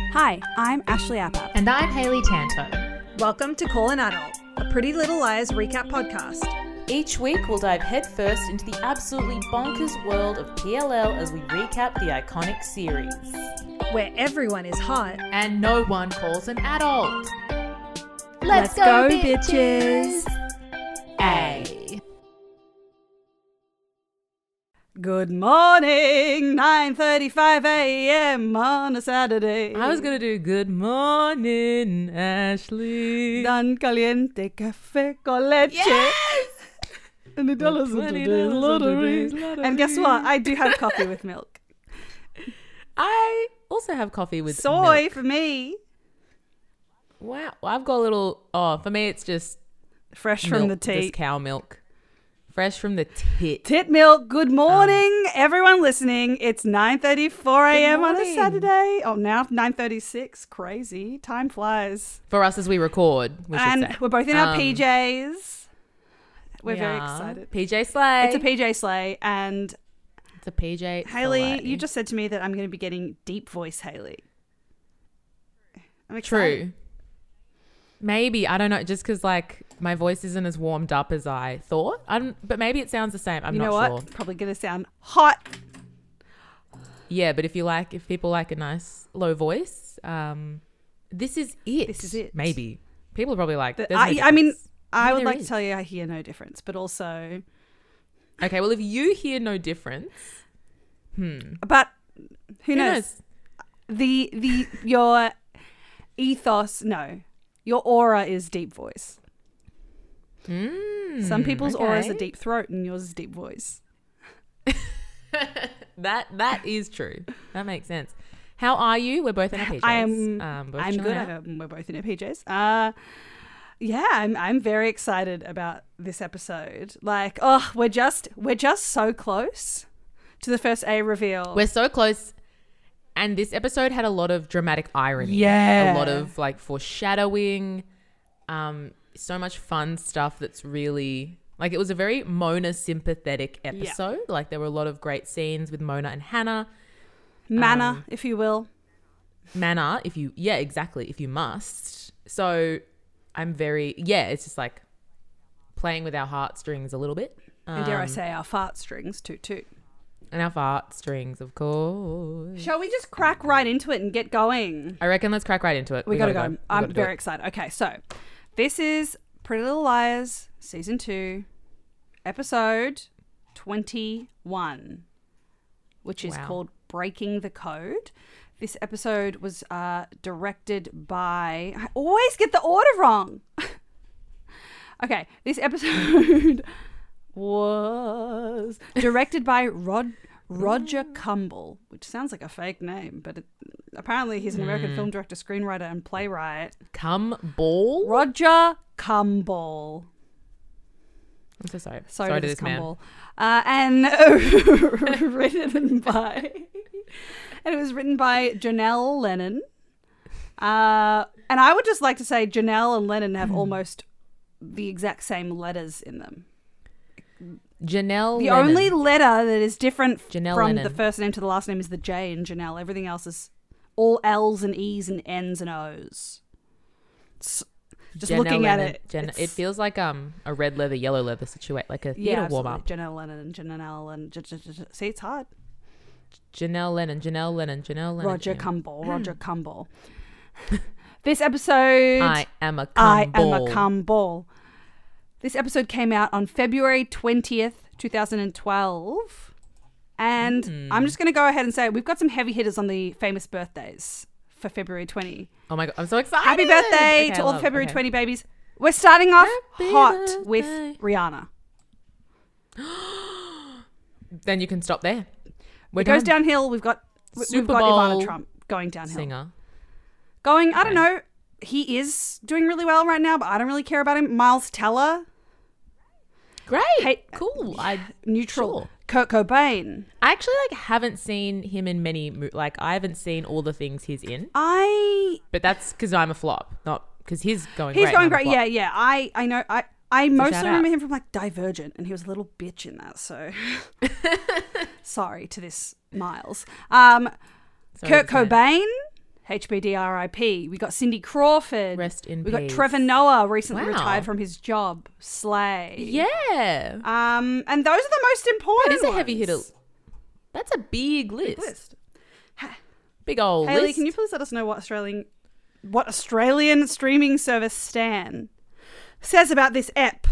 Hi, I'm Ashley Appap. And I'm Haley Tanto. Welcome to Call an Adult, a Pretty Little Liars recap podcast. Each week, we'll dive headfirst into the absolutely bonkers world of PLL as we recap the iconic series. Where everyone is hot. And no one calls an adult. Let's go, bitches. A. Good morning, 9:35 a.m. on a Saturday. I was gonna do good morning, Ashley. Dan caliente café con leche. And the dollars on today's $20 on lottery. today's lottery. And guess what? I do have coffee with milk. I also have coffee with Soy milk. for me, Wow, I've got a little. Oh, for me, it's just fresh from the milk, just tea. cow milk, fresh from the tit. Tit milk. Good morning, everyone listening. It's 9:34 a.m. on a morning. Saturday. Oh, now 9:36. Crazy. Time flies. For us as we record, we should and say. we're both in our Um, PJs. We're we very are. excited. PJ Slay. It's a PJ sleigh, and It's a PJ. Haley, Slay. you just said to me that I'm going to be getting deep voice, Haley. I'm excited. True. Maybe I don't know. Just because like my voice isn't as warmed up as I thought. I'm, but maybe it sounds the same. I'm You not know what? sure. Probably going to sound hot. Yeah, but if you like, if people like a nice low voice, um, this is it. This is it. Maybe people are probably like. The- "There's no I, I mean, difference." I No, would there like is. to tell you I hear no difference, but also, Okay, well, if you hear no difference, hmm, but who, who knows? knows? The the your ethos, no, your aura is deep voice. Mm, Some people's auras are okay. deep throat, and yours is deep voice. That that is true. That makes sense. How are you? We're both in our PJs. I am- Um, both I'm chilling good. out. Um, we're both in our PJs. Uh, yeah, I'm. I'm very excited about this episode. Like, oh, we're just we're just so close to the first A reveal. We're so close. And this episode had a lot of dramatic irony. Yeah. A lot of like foreshadowing. Um, so much fun stuff that's really like it was a very Mona sympathetic episode. Like there were a lot of great scenes with Mona and Hannah. Manner, um, if you will. Manna, if you yeah, exactly, if you must. So I'm very yeah, it's just like playing with our heartstrings a little bit. And dare I Um, say, our fart strings too, too. and our heartstrings, of course. Shall we just crack right into it and get going? I reckon let's crack right into it. We, gotta, go. We I'm gotta do it. very excited. Okay, so this is Pretty Little Liars season two, episode twenty-one, which is Wow. called "Breaking the Code." This episode was uh, directed by. I always get the order wrong. okay, this episode was directed by Rod Roger Cumble, which sounds like a fake name, but it, apparently he's an American film director, screenwriter, and playwright. Come ball. Roger Cumble. I'm so sorry. Sorry, sorry to to this this man. Cumble. Uh, and written by, and it was written by Janelle Lennon. Uh, and I would just like to say Janelle and Lennon Mm. have almost the exact same letters in them. Janelle. The Lennon. only letter that is different f- Janelle from the Lennon. first name to the last name is the J in Janelle. Everything else is all L's and E's and N's and O's. It's- just Janelle looking at Lennon. it, Jan- it's- it feels like um a red leather, yellow leather situation, like a theater warm up. absolutely. Janelle Lennon and Janelle and J- J- J- J- see, it's hard. Janelle Lennon, Janelle Lennon, Janelle Lennon. Roger Janelle- Cumble, Hmm. Roger Cumble. this episode, I am a cum I am a ball. Cumble. This episode came out on February twentieth, two thousand and twelve, and Hmm. I'm just going to go ahead and say we've got some heavy hitters on the famous birthdays for February twenty. Oh my god, I'm so excited! Happy birthday Okay, to I all love- February okay. 20 babies. We're starting off Happy hot with birthday. Rihanna. Then you can stop there. We're It goes done. downhill. We've got we- we've Super got Ivana Bowl Trump going downhill. Singer. Going, I don't know. He is doing really well right now, but I don't really care about him. Miles Teller, Great. Hey- cool. I neutral. Sure. Kurt Cobain. I actually like haven't seen him in many mo- like I haven't seen all the things he's in, I but that's because I'm a flop, not because he's going. he's great and going I'm a great. flop. Yeah, yeah. I I know. I I mostly shout remember out. him from like Divergent, and he was a little bitch in that. So sorry to this Miles. Um, Sorry, Kurt this man. Cobain. HBDRIP. We got Cindy Crawford. Rest in We got peace. Trevor Noah recently Wow. retired from his job. Slay. Yeah. Um, and those are the most That important. is a heavy ones. hitter. That's a big list. Big, list. old Haley, list. can you please let us know what Australian what Australian streaming service Stan says about this ep?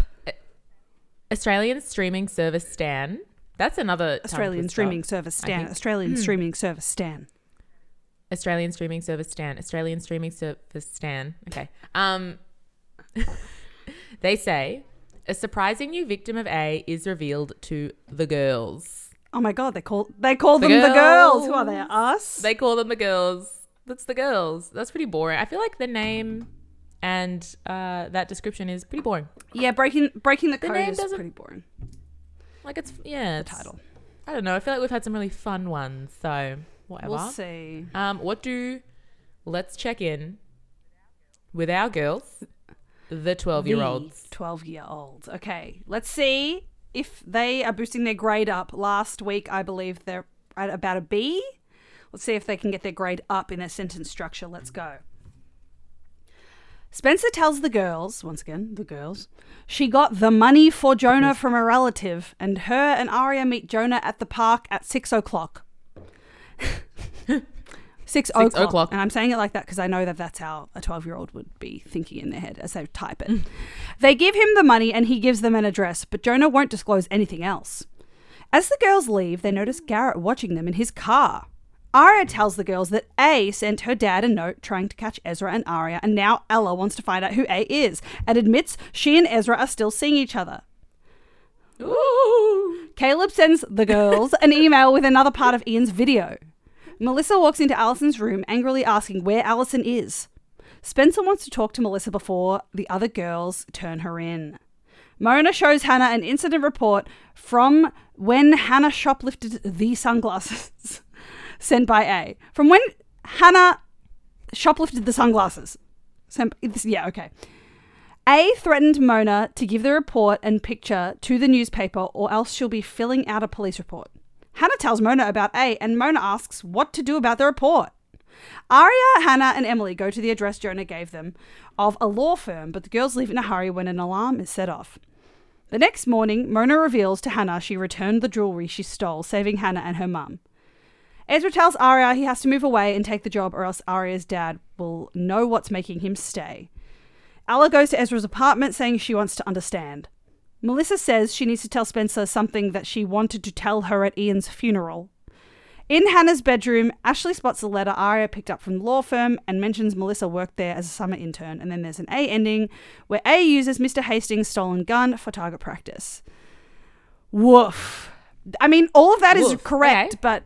Australian streaming service Stan. That's another tongue Australian twister. streaming service I Stan. think. Hmm. Australian streaming service Stan. Australian streaming service Stan. Australian streaming service Stan. Okay. Um, they say a surprising new victim of A is revealed to the girls. Oh my god, they call they call The them the girls. Who are they? girls. Us? They call them the girls. That's the girls. That's pretty boring. I feel like the name and uh, that description is pretty boring. yeah, breaking breaking the, code name is doesn't- pretty boring. Like it's yeah, The it's- title. I don't know. I feel like we've had some really fun ones. So whatever. We'll see. Um, what do? Let's check in with our girls, the twelve-year-olds. Twelve year olds. Okay, let's see if they are boosting their grade up. Last week, I believe they're at about a B. Let's see if they can get their grade up in their sentence structure. Let's go. Spencer tells the girls, once again, the girls, she got the money for Jonah from a relative, and her and Aria meet Jonah at the park at six o'clock. six, o'clock. o'clock. And I'm saying it like that because I know that that's how a 12 year old would be thinking in their head as they type it. they give him the money and he gives them an address, but Jonah won't disclose anything else. As the girls leave, they notice Garrett watching them in his car. Arya tells the girls that A sent her dad a note trying to catch Ezra and Arya, and now Ella wants to find out who A is and admits she and Ezra are still seeing each other. Ooh. Caleb sends the girls an email with another part of Ian's video. Melissa walks into Allison's room, angrily asking where Allison is. Spencer wants to talk to Melissa before the other girls turn her in. Mona shows Hannah an incident report from when Hannah shoplifted the sunglasses sent by A. From when Hannah shoplifted the sunglasses. Sent, this- yeah, okay. A threatened Mona to give the report and picture to the newspaper or else she'll be filling out a police report. Hannah tells Mona about A and Mona asks what to do about the report. Aria, Hannah, and Emily go to the address Jonah gave them of a law firm, but the girls leave in a hurry when an alarm is set off. The next morning, Mona reveals to Hannah she returned the jewelry she stole, saving Hannah and her mum. Ezra tells Arya he has to move away and take the job, or else Arya's dad will know what's making him stay. Ella goes to Ezra's apartment saying she wants to understand. Melissa says she needs to tell Spencer something that she wanted to tell her at Ian's funeral. In Hannah's bedroom, Ashley spots a letter Aria picked up from the law firm and mentions Melissa worked there as a summer intern. And then there's an A ending where A uses Mr. Hastings' stolen gun for target practice. Woof. I mean, all of that is Woof. correct, Okay. but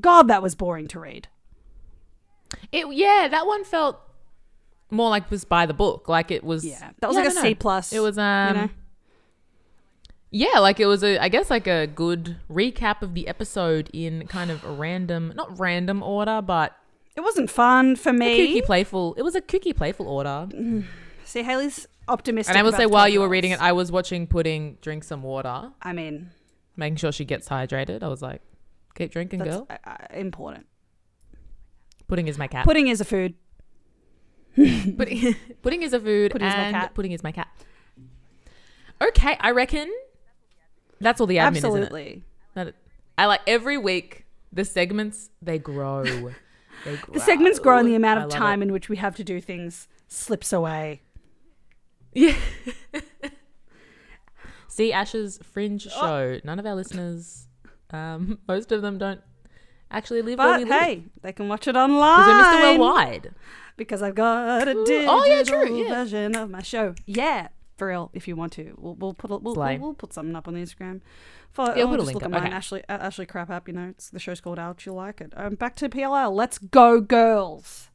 God, that was boring to read. It yeah, that one felt more like was by the book. Like it was Yeah, that was Yeah, like I a don't C know. plus. It was you um know? Yeah, like it was a I guess like a good recap of the episode in kind of a random not random order, but It wasn't fun for a me. kooky playful. It was a kooky playful order. See, Haley's optimistic. and I will about say the while you were 12-year-olds. reading it, I was watching Pudding drink some water, I mean, making sure she gets hydrated. I was like, Keep drinking, that's girl. uh, uh, important. Pudding is my cat. Pudding is a food. Pudding, pudding is a food. Pudding is my and cat. Pudding is my cat. Okay, I reckon that's all the admin, isn't it? Absolutely. That- I like every week the segments they grow. They grow. The segments grow and the amount I of love time it. in which we have to do things slips away. yeah. See Ash's fringe Oh. show. None of our listeners, um, most of them don't actually live where we But live. hey, they can watch it online. because we're Mr. Worldwide. Because I've got a digital oh, yeah, true, yeah. version of my show. Yeah, for real. If you want to, we'll, we'll put a, we'll, Slay. we'll, we'll put something up on the Instagram. Follow, Yeah, oh, we'll put a just link look up, at mine. okay. Ashley uh, Ashley crap up. You know, it's the show's called Out. You like it? Um, back to PLL. Let's go, girls.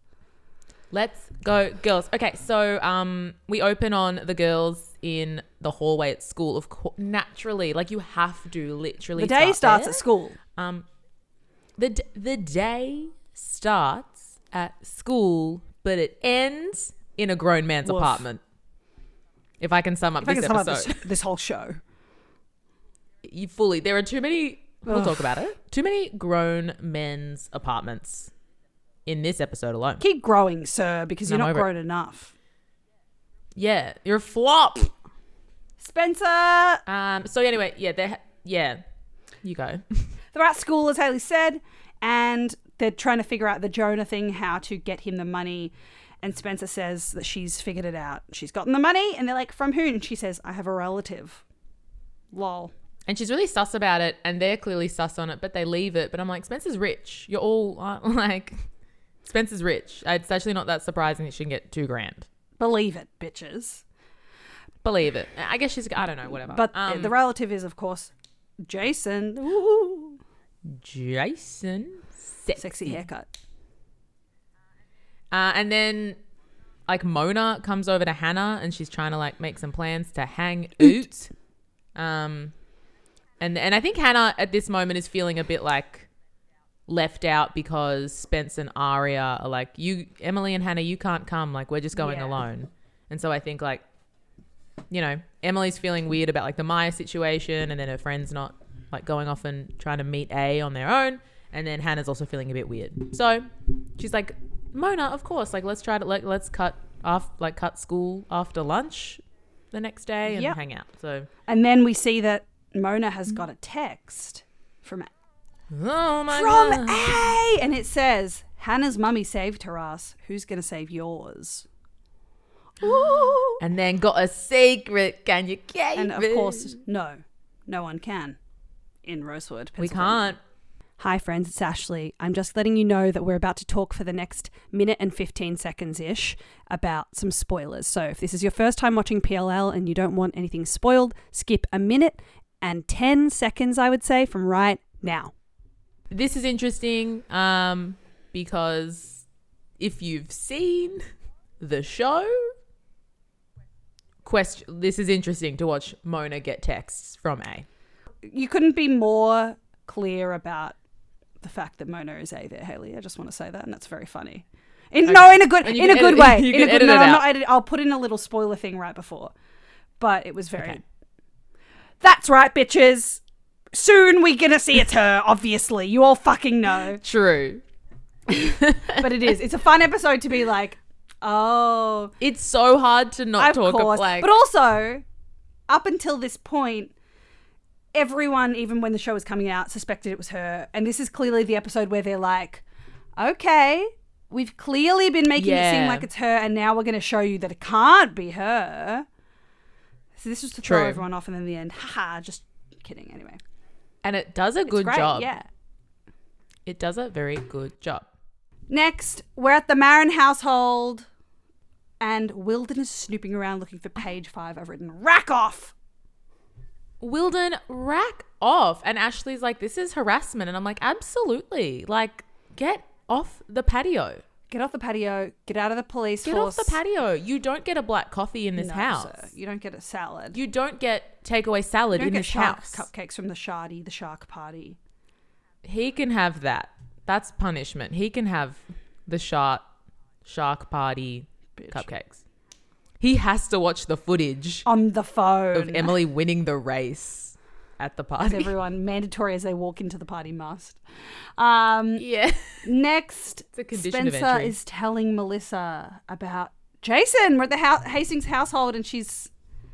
Let's go, girls. Okay, so um, we open on the girls in the hallway at school. Of course, naturally, like you have to literally. The day start starts there. at school. Um, the d- the day starts at school, but it ends in a grown man's Woof. apartment. If I can sum up If I this can sum up episode, this, this whole show. you fully there are too many. We'll Ugh. talk about it. Too many grown men's apartments in this episode alone. Keep growing, sir, because you're I'm not over it. grown enough. Yeah, you're a flop. Spencer, Um. So anyway, yeah, they yeah, you go. they're at school, as Haley said, and they're trying to figure out the Jonah thing, how to get him the money. And Spencer says that she's figured it out. She's gotten the money, and they're like, "From who?" And she says, "I have a relative." Lol. And she's really sus about it, and they're clearly sus on it, but they leave it. But I'm like, Spencer's rich. You're all uh, like, Spencer's rich. It's actually not that surprising that she can get two grand. Believe it, bitches. Believe it. I guess she's. I don't know. Whatever. But um, the relative is, of course, Jason. Ooh, Jason, sexy. sexy haircut. Uh, and then, like Mona comes over to Hannah, and she's trying to like make some plans to hang out. Um, and and I think Hannah at this moment is feeling a bit like left out because Spence and Aria are like, you, Emily and Hannah, you can't come. Like we're just going Yeah. alone. And so I think like, you know, Emily's feeling weird about like the Maya situation, and then her friends not like going off and trying to meet A on their own. And then Hannah's also feeling a bit weird. So she's like, Mona, of course, like let's try to like let's cut off like cut school after lunch the next day and Yep. hang out. So And then we see that Mona has got a text from oh my from God. A, and it says, "Hannah's mummy saved her ass. Who's gonna save yours?" Ooh. and then got a secret. Can you keep And of it? course, no, no one can in Rosewood. we Pennsylvania. can't. Hi, friends, it's Ashley. I'm just letting you know that we're about to talk for the next minute and 15 seconds ish about some spoilers. So, if this is your first time watching PLL and you don't want anything spoiled, skip a minute and 10 seconds, I would say, from right now. This is interesting um, because if you've seen the show, question. This is interesting to watch Mona get texts from A. You couldn't be more clear about the fact that Mona is A there, Haley. I just want to say that, and that's very funny. In, No, in a good, And you in a can good edit- way. you In a can good, edit no, it I'm out. not edit, I'll put in a little spoiler thing right before, but it was very. That's right, bitches. Soon we gonna see it's her. Obviously, you all fucking know. True. But it is. It's a fun episode to be like, oh, It's so hard to not of talk about course. like but also, up until this point, everyone, even when the show was coming out, suspected it was her. And this is clearly the episode where they're like, okay, we've clearly been making it seem Yeah. like it's her, and now we're going to show you that it can't be her. So this was to throw True. everyone off, and in the end, haha, just kidding. Anyway, and it does a good great, job. yeah. It does a very good job. Next, we're at the Marin household, and Wilden is snooping around looking for page five. I've written rack off. Wilden, rack off. And Ashley's like, this is harassment. And I'm like, absolutely. Like, get off the patio. Get off the patio. Get out of the police Get force. off the patio. You don't get a black coffee in this No, house. sir. You don't get a salad. You don't get takeaway salad You don't in get this shark house. cupcakes from the shardy, the shark party. He can have that. That's punishment. He can have the shark shark party Bitch. cupcakes. He has to watch the footage On the of phone. Emily winning the race at the As party. Oh, everyone mandatory as they walk into the party must. Um, yeah. next, a condition of Spencer entry. is telling Melissa about Jason. We're at the hou- Hastings household, and she's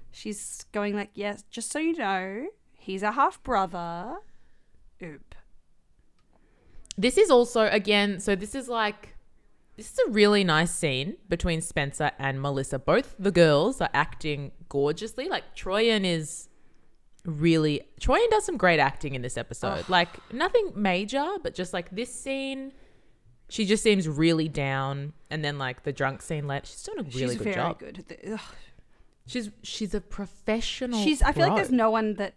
she's going like, "Yes, just so you know, he's a half brother." Oop. This is also again, so this is like this is a really nice scene between Spencer and Melissa. Both the girls are acting gorgeously. Like Troyan is really Troyan does some great acting in this episode. Like nothing major, but just like this scene she just seems really down and then like the drunk scene later she's doing a really she's good very job. good. The- ugh. She's she's a professional. She's. I feel like pro. there's no one that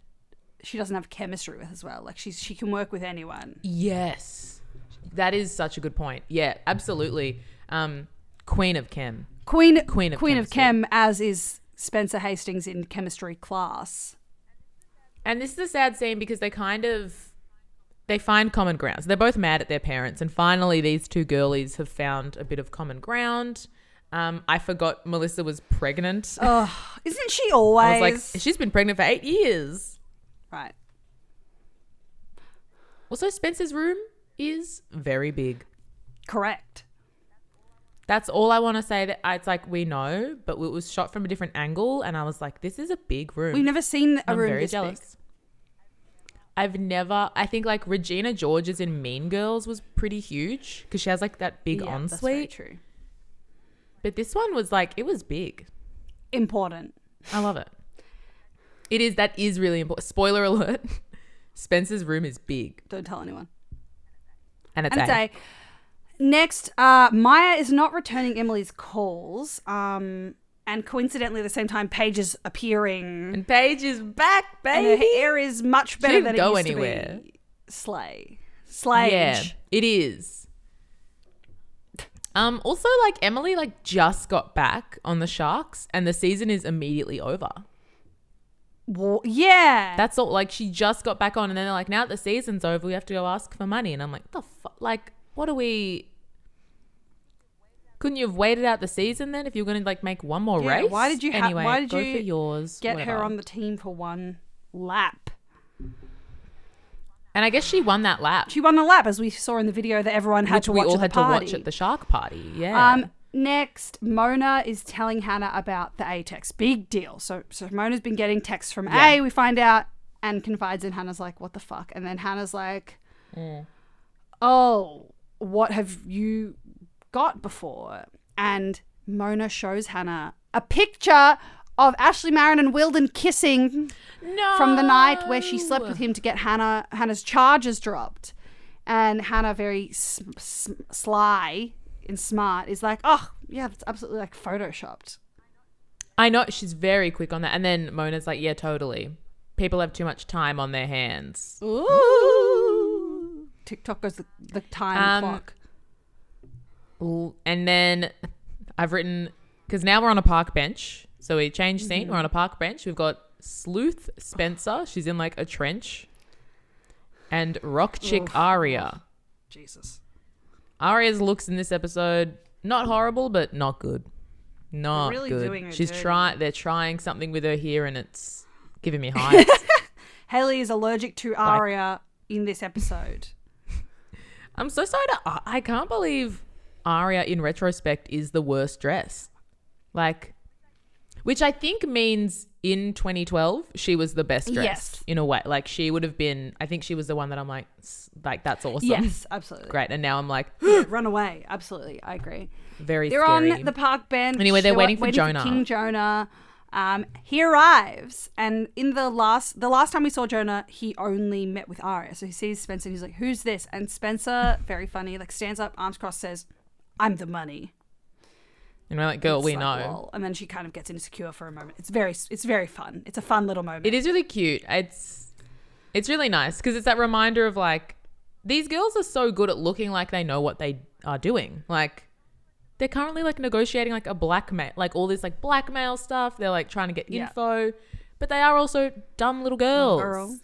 she doesn't have chemistry with as well. Like she's she can work with anyone. Yes. That is such a good point. Yeah, absolutely. Um Queen of Chem. Queen Queen of Queen of chemistry. Chem, as is Spencer Hastings in chemistry class. And this is a sad scene because they kind of they find common grounds. They're both mad at their parents, and finally these two girlies have found a bit of common ground. Um, I forgot Melissa was pregnant. Oh, isn't she I always was like, she's been pregnant for eight years. right? Also, Spencer's room is very big. Correct. That's all I want to say. That I- it's like we know, but it was shot from a different angle, and I was like, "This is a big room." We've never seen a I'm room very this jealous. big. I've never. I think like Regina George's in Mean Girls was pretty huge because she has like that big Yeah, that's very ensuite. true. But this one was like it was big. Important. I love it. It is that is really important. Spoiler alert: Spencer's room is big, Don't tell anyone. and it's And it's a. A. Next, uh, Maya is not returning Emily's calls. Um, and coincidentally, at the same time, Paige is appearing. And Paige is back, And her baby. hair is much better didn't than go it used anywhere. to be. Slay. Slay. Yeah, it is. Um. Also, like Emily, like just got back on the Sharks, and the season is immediately over. Wa- yeah. That's all. Like she just got back on, and then they're like, "Now that the season's over, we have to go ask for money." And I'm like, "The fuck? Like, what are we? Couldn't you have waited out the season then if you were going to like make one more Yeah, race? why did you ha- anyway? why did go you for yours? Get whatever. her on the team for one lap. And I guess she won that lap, She won the lap, as we saw in the video that everyone had which to we watch all at had the party. to watch at the shark party. Yeah. Um, next, Mona is telling Hannah about the A text. Big deal. So, so Mona's been getting texts from A. We find out and confides in Hannah's like, "What the fuck?" And then Hannah's like, "Oh, what have you got before?" And Mona shows Hannah a picture of Ashley Marin and Wilden kissing no. from the night where she slept Oh. with him to get Hannah Hannah's charges dropped, and Hannah very sm- sm- sly and smart is like, oh yeah, it's absolutely like photoshopped. I know she's very quick on that, and then Mona's like, "Yeah, totally. People have too much time on their hands." TikTok goes the, the time Um, clock. L- And then I've written because now we're on a park bench. So we changed scene. Mm-hmm. We're on a park bench. We've got Sleuth Spencer. She's in like a trench. And rock chick Aria. Jesus. Aria's looks in this episode not horrible, but not good. Not really good. doing her She's dirty. trying. They're trying something with her here, and it's giving me hives. Haley is allergic to Aria in this episode. I'm so sorry to. Ar- I can't believe Aria in retrospect is the worst dressed. Like, which I think means in 2012 she was the best dressed Yes. in a way. Like she would have been. I think she was the one that I'm like, "S- like that's awesome. Yes, absolutely. Great. And now I'm like Run away. Absolutely, I agree. very They're scary. on the park bench. Anyway, they're waiting for Jonah. King Jonah. Um, he arrives, and in the last the last time we saw Jonah, he only met with Arya. So he sees Spencer, and he's like, "Who's this?" And Spencer, very funny, like stands up, arms crossed, says, "I'm the money." and we're like, girl, It's we like, know. lol. And then she kind of gets insecure for a moment. It's very it's very fun. It's a fun little moment. It is really cute. It's it's really nice because it's that reminder of like these girls are so good at looking like they know what they are doing. Like they're currently like negotiating like a blackmail, like all this like blackmail stuff. They're like trying to get Yeah. info, but they are also dumb little girls girl.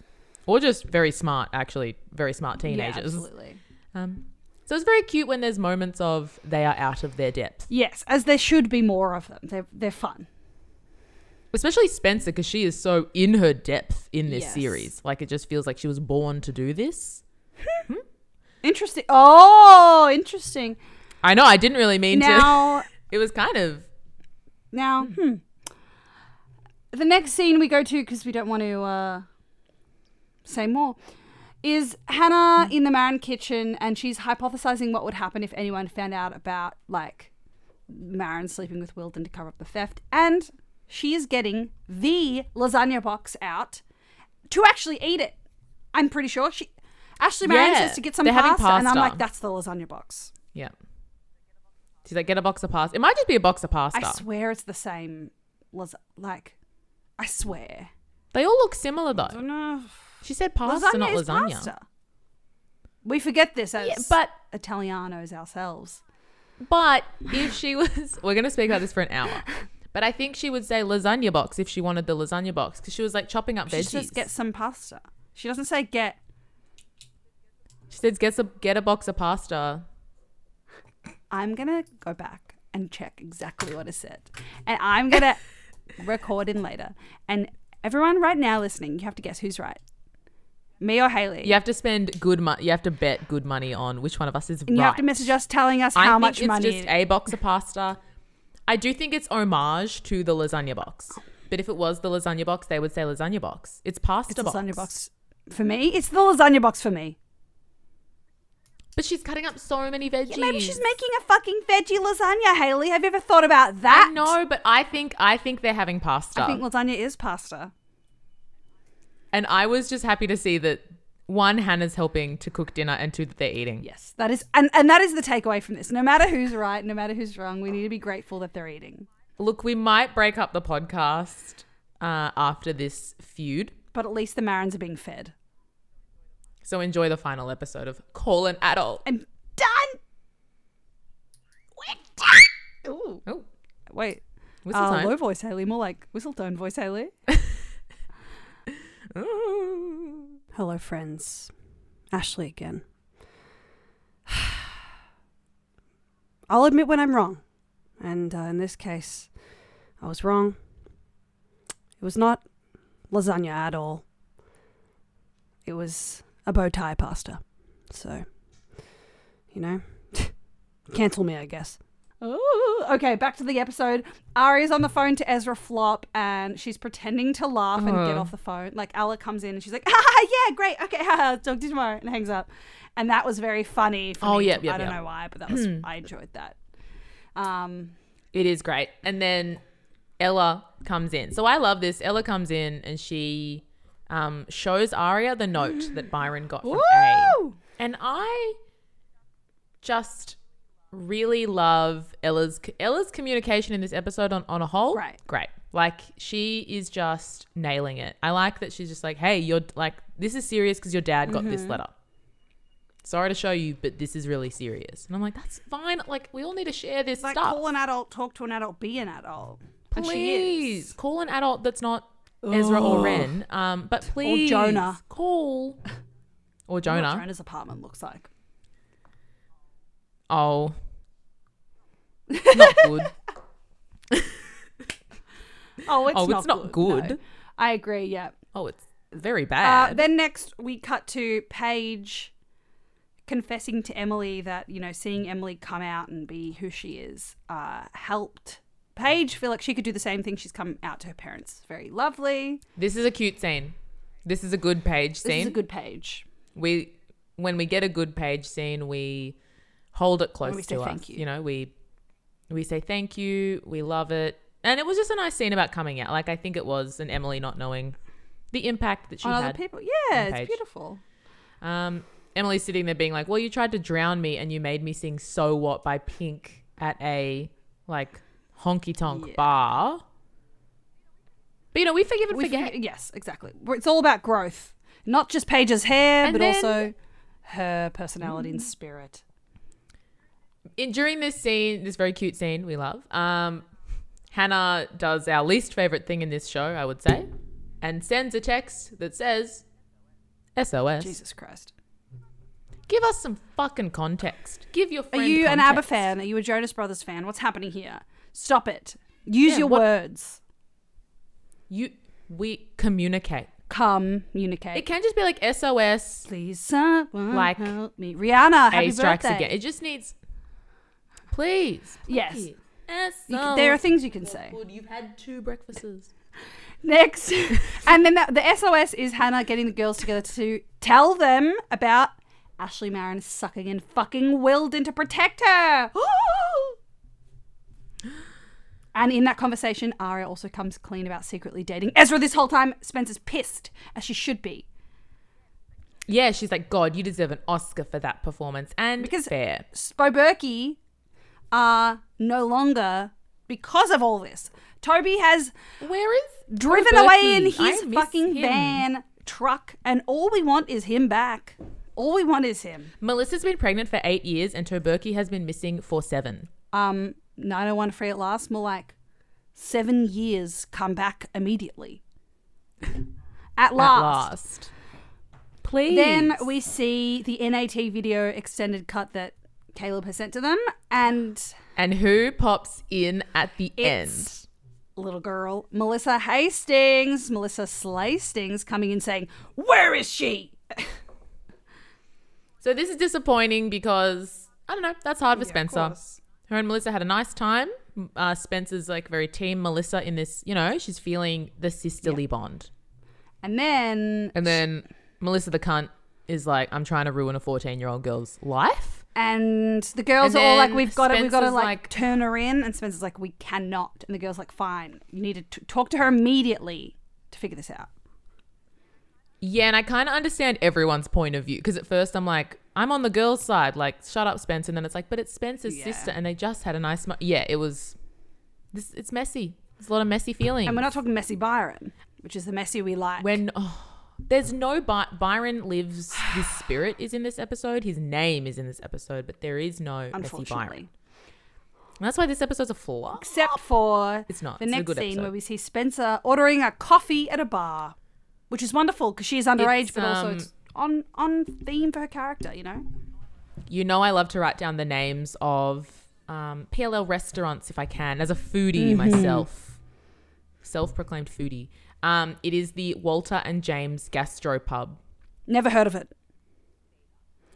or just very smart. Actually, very smart Yeah, teenagers. absolutely. um, so it's very cute when there's moments of they are out of their depth, Yes, as there should be more of them. They're they're fun. especially Spencer because she is so in her depth in this Yes. series. Like it just feels like she was born to do this. Interesting. Oh, interesting. I know. I didn't really mean to. Now. It was kind of Now, hmm. the next scene we go to because we don't want to uh, say more is Hmm. Hannah in the Marin kitchen, and she's hypothesizing what would happen if anyone found out about like Marin sleeping with Wilden to cover up the theft, and she is getting the lasagna box out to actually eat it. I'm pretty sure she. Ashley Marin Yeah, says to get some they're having pasta, and I'm pasta. like, that's the lasagna box. yeah. She's like, get a box of pasta. It might just be a box of pasta. I swear it's the same. Las- like, I swear. they all look similar though. know. She said pasta, Oh, Lasagna not is lasagna. pasta. We forget this as Yeah, but Italianos ourselves. but if she was, we're gonna speak about this for an hour. But I think she would say lasagna box if she wanted the lasagna box because she was like chopping up She veggies. says get some pasta. She doesn't say get. she says get a get a box of pasta. I'm gonna go back and check exactly what is said, and I'm gonna record in later. And everyone right now listening, you have to guess who's right. Me or Haley? You have to spend good money. You have to bet good money on which one of us is And you right. have to message us telling us I how think much it's money. just a box of pasta. I do think it's homage to the lasagna box. But if it was the lasagna box, they would say lasagna box. It's pasta it's the box. lasagna box for me. It's the lasagna box for me. But she's cutting up so many veggies. Yeah, maybe she's making a fucking veggie lasagna, Haley. Have you ever thought about that? I know, but I think I think they're having pasta. I think lasagna is pasta. and I was just happy to see that one Hannah's helping to cook dinner and two that they're eating. Yes, that is, and, and that is the takeaway from this. No matter who's right, no matter who's wrong, we need to be grateful that they're eating. Look, we might break up the podcast uh, after this feud. But at least the Marins are being fed. So enjoy the final episode of Call an Adult. I'm done. We're done. Ooh, Oh, wait. whistle Uh, time. low voice Haley, more like whistle tone voice Haley. Ooh. Hello, friends. Ashley again. I'll admit when I'm wrong. And uh, in this case, I was wrong. It was not lasagna at all, it was a bow tie pasta. So, you know, cancel me, I guess. Ooh. Okay, back to the episode. Ari's on the phone to Ezra Flop and she's pretending to laugh and get Oh. off the phone. Like Ella comes in and she's like, ah, yeah, great. Okay, ah, talk to you tomorrow and hangs up. And that was very funny for Oh, me. yep, to- yep, I don't yep. know why, but that was I enjoyed that. Um It is great. And then Ella comes in. So I love this. Ella comes in and she um, shows Aria the note that Byron got from A. woo! And I just really love Ella's Ella's communication in this episode on, on a whole. Right. Great. Like she is just nailing it. I like that she's just like, hey, you're like, this is serious because your dad got Mm-hmm. this letter. Sorry to show you, but this is really serious. And I'm like, that's fine. Like, we all need to share this Like stuff. call an adult, talk to an adult, be an adult. And she please is. call an adult that's not Ezra or Ren. Um, but please Jonah. Call. Or I wonder Jonah. What Jonah's apartment looks like. Oh. Not good. Oh, it's Oh, not it's not good. No. I agree, yeah. Oh, it's very Uh, bad. then next, we cut to Paige confessing to Emily that you know seeing Emily come out and be who she is uh, helped Paige feel like she could do the same thing. She's come out to her parents. Very lovely. this is a cute scene. This is a good page This is scene. a good page. we when we get a good page scene, we hold it close we say to us. thank you. know, we we say thank you. We love it, and it was just a nice scene about coming out. Like I think it was, and Emily not knowing the impact that she On other had. people, yeah, Paige. it's beautiful. Um, Emily's sitting there being like, "Well, you tried to drown me, and you made me sing "So What" by Pink at a like honky tonk bar." But you know, we forgive and We forget. forget- yes, exactly. We're- It's all about growth, not just Paige's hair, And but then- Mm. also her personality and spirit. In, during this scene, this very cute scene, we love. Um, Hannah does our least favorite thing in this show, I would say, and sends a text that says, "SOS, Jesus Christ. give us some fucking context. Give your Are friend you an ABBA context." fan? Are you a Jonas Brothers fan? What's happening here? Stop it. Use Yeah, your what- words. You we communicate. Come, It communicate. can just be like SOS. Please, someone Like, help me. Rihanna, A happy strikes birthday. again. It just needs. Please. Yes. please. You can- there are things you can say. Good, You've had two breakfasts. Next. and then that, the SOS is Hannah getting the girls together to tell them about Ashley Marin sucking and fucking willed into protect her. and in that conversation, Arya also comes clean about secretly dating Ezra this whole time. Spencer's pissed, as she should be. Yeah, she's like, God, you deserve an Oscar for that performance, and Because- fair. Spoberky are no longer because of all this. Toby has Where is driven Bo away in Berkey? I his miss fucking him. van truck, and all we want is him back. All we want is him. Melissa's been pregnant for eight years, and Toberky has been missing for seven. Um, 901 free at last, more like seven years. Come back immediately. At At last. last. Please. Then we see the NAT video extended cut that Caleb has sent to them, and and who pops in at the end? It's little girl Melissa Hastings, Melissa Slastings, coming in saying, "Where is she?" So this is disappointing because I don't know. That's hard for Yeah, of Spencer. course. Her and Melissa had a nice time. M- Uh, Spencer's like very team Melissa in this. You know, she's feeling the sisterly bond. And then And then Melissa the cunt is like, I'm trying to ruin a 14 year old girl's life. and the girls And are all like, then "We've got it. We've got to Spencer's like, like- turn her in." And Spencer's like, "We cannot." And the girls like, "Fine. You need to t- talk to her immediately to figure this out." Yeah, and I kind of understand everyone's point of view because at first I'm like, I'm on the girl's side, like, shut up, Spencer. And then it's like, but it's Spencer's Yeah. sister, and they just had a nice. Mo- yeah, it was. This it's messy. There's a lot of messy feelings. And we're not talking messy Byron, which is the messy we like. when oh, there's no By- Byron lives. His spirit is in this episode. His name is in this episode, but there is no messy Byron. unfortunately, And that's why this episode's a flaw. except for It's not. the It's a next good scene episode. where we see Spencer ordering a coffee at a bar, which is wonderful because she is underage, It's, but also um, it's on on theme for her character. You know, You know, I love to write down the names of um, PLL restaurants if I can, as a foodie myself, self-proclaimed foodie. Um, it is the Walter and James Gastro Pub. never heard of it.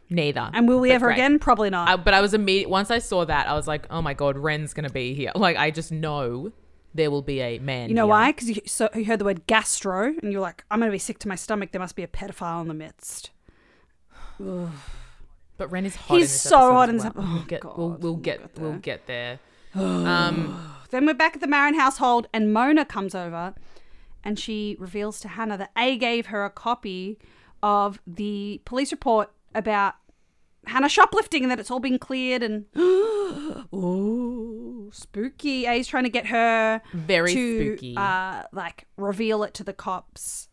Neither. And will we but ever great. again? Probably not. I, but I was immediate once I saw that, I was like, oh my god, Ren's gonna be here. Like, I just know there will be a man. You know here. why? 'Cause why? Because you, so, you heard the word gastro and you're like, I'm going to be sick to my stomach. There must be a pedophile in the midst. But Ren is hot. in He's this so episode hot as in this well. episode. We'll Oh, get, God, we'll, we'll we'll get, get we'll get there. um, Then we're back at the Marin household and Mona comes over and she reveals to Hannah that A gave her a copy of the police report about Hannah shoplifting and that it's all been cleared and ooh spooky. A's trying to get her very to spooky. uh like reveal it to the cops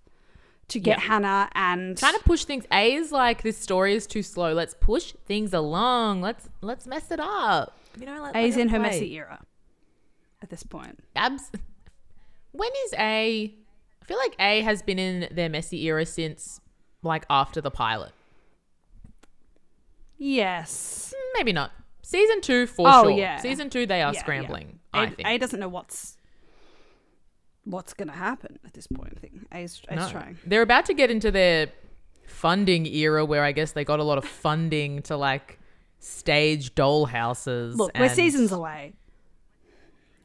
to get Yeah. Hannah and trying to push things. A is like this story is too slow. Let's push things along. Let's let's mess it up. You know, let, A's let it in her play. messy era at this point. Abs- when is A? I feel like A has been in their messy era since like after the pilot. Yes. Maybe not season two for Oh, sure. yeah. Season two, they are Yeah, scrambling. yeah. I A, think. A doesn't know what's what's going to happen at this point. I think A's, A's No. trying. They're about to get into their funding era where I guess they got a lot of funding to like stage dollhouses. Look, we're and- seasons away.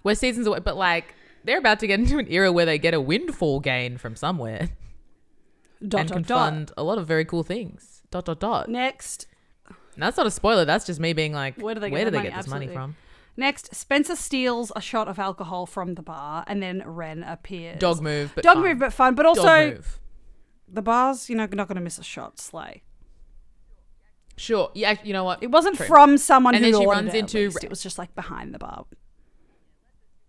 We're seasons away, but like they're about to get into an era where they get a windfall gain from somewhere Dot and can dot dot. fund a lot of very cool things. Dot dot dot. And Next, that's not a spoiler. That's just me being like, Where do they get where do their they money? get this money Absolutely. from? next, Spencer steals a shot of alcohol from the bar, and then Ren appears. Dog move, but dog fun. move, but fun. But Dog also, move. the bar's you know not going to miss a shot. Slay. Sure. Yeah. You know what? It wasn't True. from someone And who then she ordered runs it, at into least. Ren. It was just like behind the bar.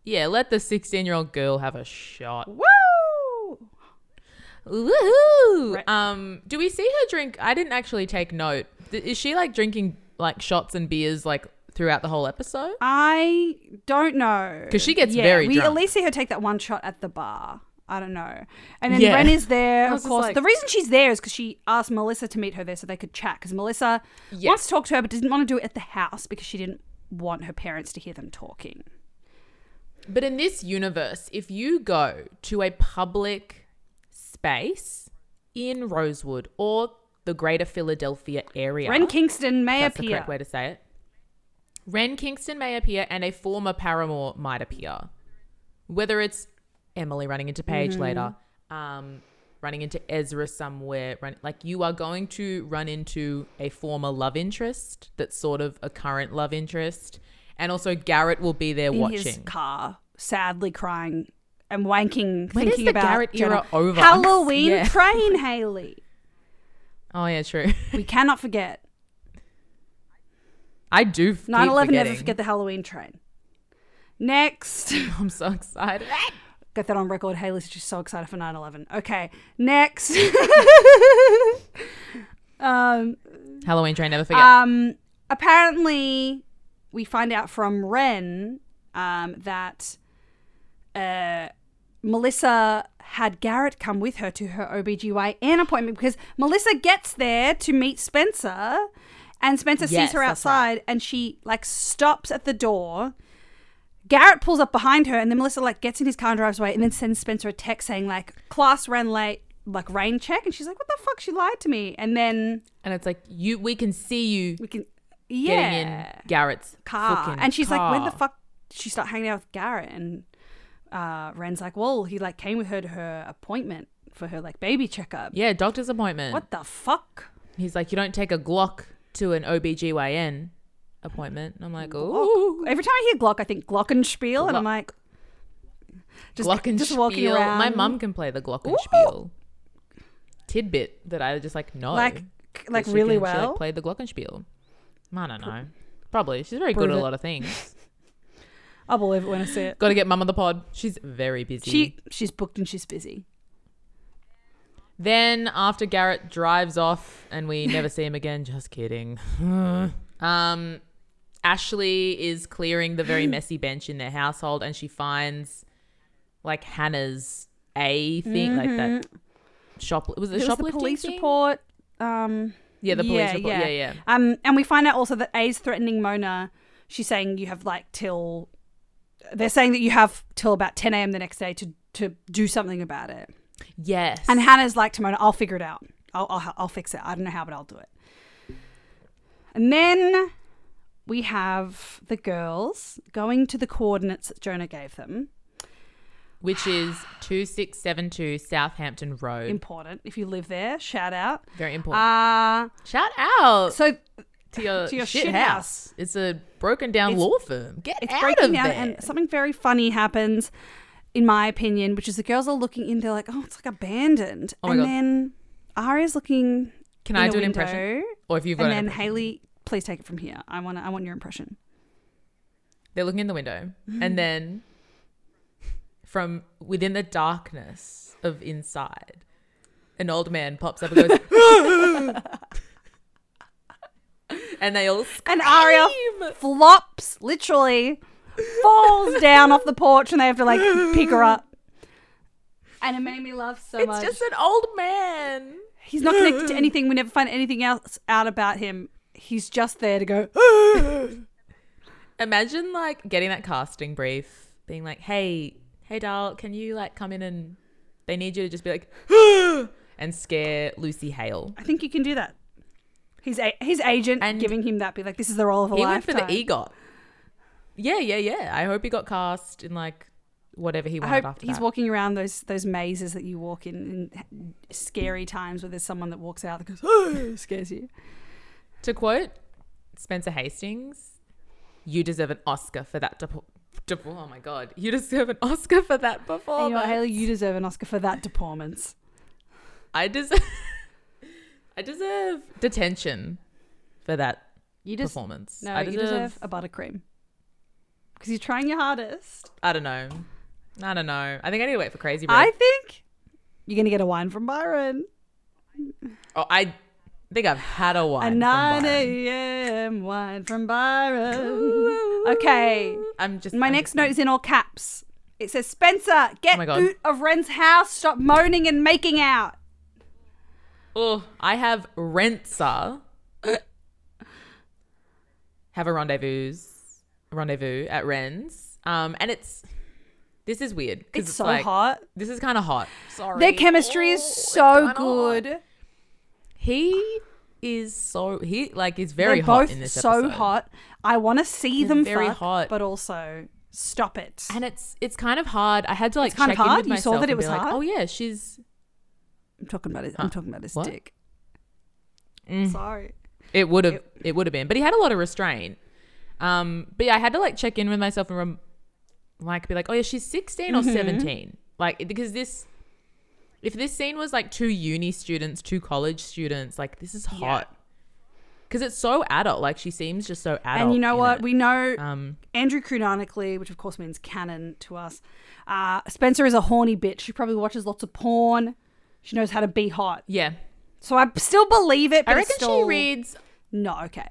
Yeah. Let the sixteen-year-old girl have a shot. Woo! Woohoo! Right. Um, do we see her drink? I didn't actually take note. Th- Is she like drinking like shots and beers like throughout the whole episode? I don't know 'Cause she gets yeah, very We at drunk. least see her take that one shot at the bar. I don't know. And then Yeah. Ren is I there, was of just course. like- the reason she's there is because she asked Melissa to meet her there so they could chat. Because Melissa Yeah. wants to talk to her, but didn't want to do it at the house because she didn't want her parents to hear them talking. Ah, But in this universe, if you go to a public space in Rosewood or the greater Philadelphia area, Ren Kingston may that's the appear. correct way to say it. Ren Kingston may appear, and a former paramour might appear. Whether it's Emily running into Paige Mm-hmm. later, um, running into Ezra somewhere, run, like you are going to run into a former love interest that's sort of a current love interest, and also Garrett will be there in his watching. car, sadly crying and wanking, When is thinking the about Garrett era Jenna- over? Halloween Yeah. train, Haley. Oh yeah, true. We cannot forget. I do. 9 11, never forgetting. forget the Halloween train. Next. I'm so excited. Get that on record. Haley's just so excited for 9 11. Okay, next. um, Halloween train, never forget. um, apparently, we find out from Ren um, that uh, Melissa had Garrett come with her to her OBGYN appointment because Melissa gets there to meet Spencer and Spencer Yes, sees her that's right. outside and she like stops at the door. Garrett pulls up behind her and then Melissa like gets in his car and drives away and then sends Spencer a text saying like class ran late like rain check, and she's like, "What the fuck? She lied to me." And then And it's like you, we can see you we can, getting yeah, in Garrett's car, fucking and she's like, "When the car." fuck?" She start hanging out with Garrett, and uh, Ren's like, "Well, he like came with her to her appointment for her like baby checkup." Yeah, doctor's appointment. What the fuck? He's like, you don't take a Glock to an OBGYN appointment. And I'm like, Glock. ooh. Every time I hear Glock, I think Glockenspiel, and I'm Glock. like, just, Glockenspiel. just walking around. My mum can play the Glockenspiel. Tidbit that I just like know. like, like that she really can- She well. like, played the Glockenspiel. I don't know. Probably. She's very Prove good at it. a lot of things. I'll believe it when I see it. Got to get mum on the pod. She's very busy. She she's booked and she's busy. Then after Garrett drives off and we never see him again, just kidding. um, Ashley is clearing the very messy bench in their household and she finds like Hannah's A thing, like that shop. Was it a Mm-hmm. It was the shoplifting police thing? report. Um, Yeah, the police Yeah, report. yeah. Yeah, yeah. um, and we find out also that A's threatening Mona. She's saying you have like till. They're saying that you have till about 10 a.m. the next day to to do something about it. Yes. And Hannah's like to Mona, I'll figure it out. I'll, I'll, I'll fix it. I don't know how, but I'll do it. And then we have the girls going to the coordinates that Jonah gave them. Which is 2672 Southampton Road. Important. If you live there, shout out. very important. Uh, Shout out so to your, to your shit, shit house. It's a broken down It's- law firm. Get it's out breaking of down there. and something very funny happens in my opinion which is the girls are looking in they're like oh it's like abandoned Oh my and God. then Aria's looking Can in I a do an window, impression? Or if you've got and an then impression. Haley please take it from here I want I want your impression They're looking in the window, Mm-hmm. and then from within the darkness of inside, an old man pops up and goes, and they all and Aria flops literally falls down off the porch and they have to like pick her up and it made me laugh so it's much just an old man. he's not connected to anything we never find anything else out about him he's just there to go Imagine like getting that casting brief, being like, "Hey, hey, doll, can you like come in and they need you to just be like." And scare Lucy Hale. I think you can do that. His a- his agent And- giving him that be like, this is the role of a he lifetime. went for the EGOT. Yeah, yeah, yeah. I hope he got cast in like whatever he I wanted hope after he's that. walking around those those mazes that you walk in in scary times where there's someone that walks out that goes scares you. to quote Spencer Hastings, "You deserve an Oscar for that." Depo- depo- oh my god, you deserve an Oscar for that And you're, performance. Haley, you deserve an Oscar for that performance. I deserve. I deserve detention for that You just performance. no, I you deserve a buttercream because you're trying your hardest. I don't know. I don't know. I think I need to wait for Crazy Break. I think you're gonna get a wine from Byron. oh, I think I've had a wine. a from 9 Byron. a.m. wine from Byron. Okay. I'm just My I'm next just- note is in all caps. It says, Spencer, get Oh my God. out of Ren's house. Stop moaning and making out. Oh, I have Rensa. have a rendezvous, rendezvous at Ren's. Um, and it's this is weird. 'cause It's, so like- hot. Oh, This is kind of hot. Sorry. Their chemistry is so good. He is so he like is very They're hot both in this so episode. hot. I want to see They're them very fuck, hot. but also stop it. And it's it's kind of hard. I had to like kind of check in hard? with You saw myself that it and be was like, hard? Oh yeah, she's I'm talking about his, Huh. I'm talking about his What? dick. Mm. Sorry. It would have. It, would have been. But he had a lot of restraint. Um, but yeah, I had to like check in with myself and rem- like be like, oh yeah, she's sixteen or Mm-hmm. seventeen. Like because this, if this scene was like two uni students, two college students, like this is hot. Because it's so adult. Like she seems just so adult. and you know in what? it. We know Oh, um, Andrew canonically, which of course means canon to us. Uh, Spencer is a horny bitch. She probably watches lots of porn. She knows how to be hot. yeah, So I still believe it, but I it's reckon still... she reads. No, okay.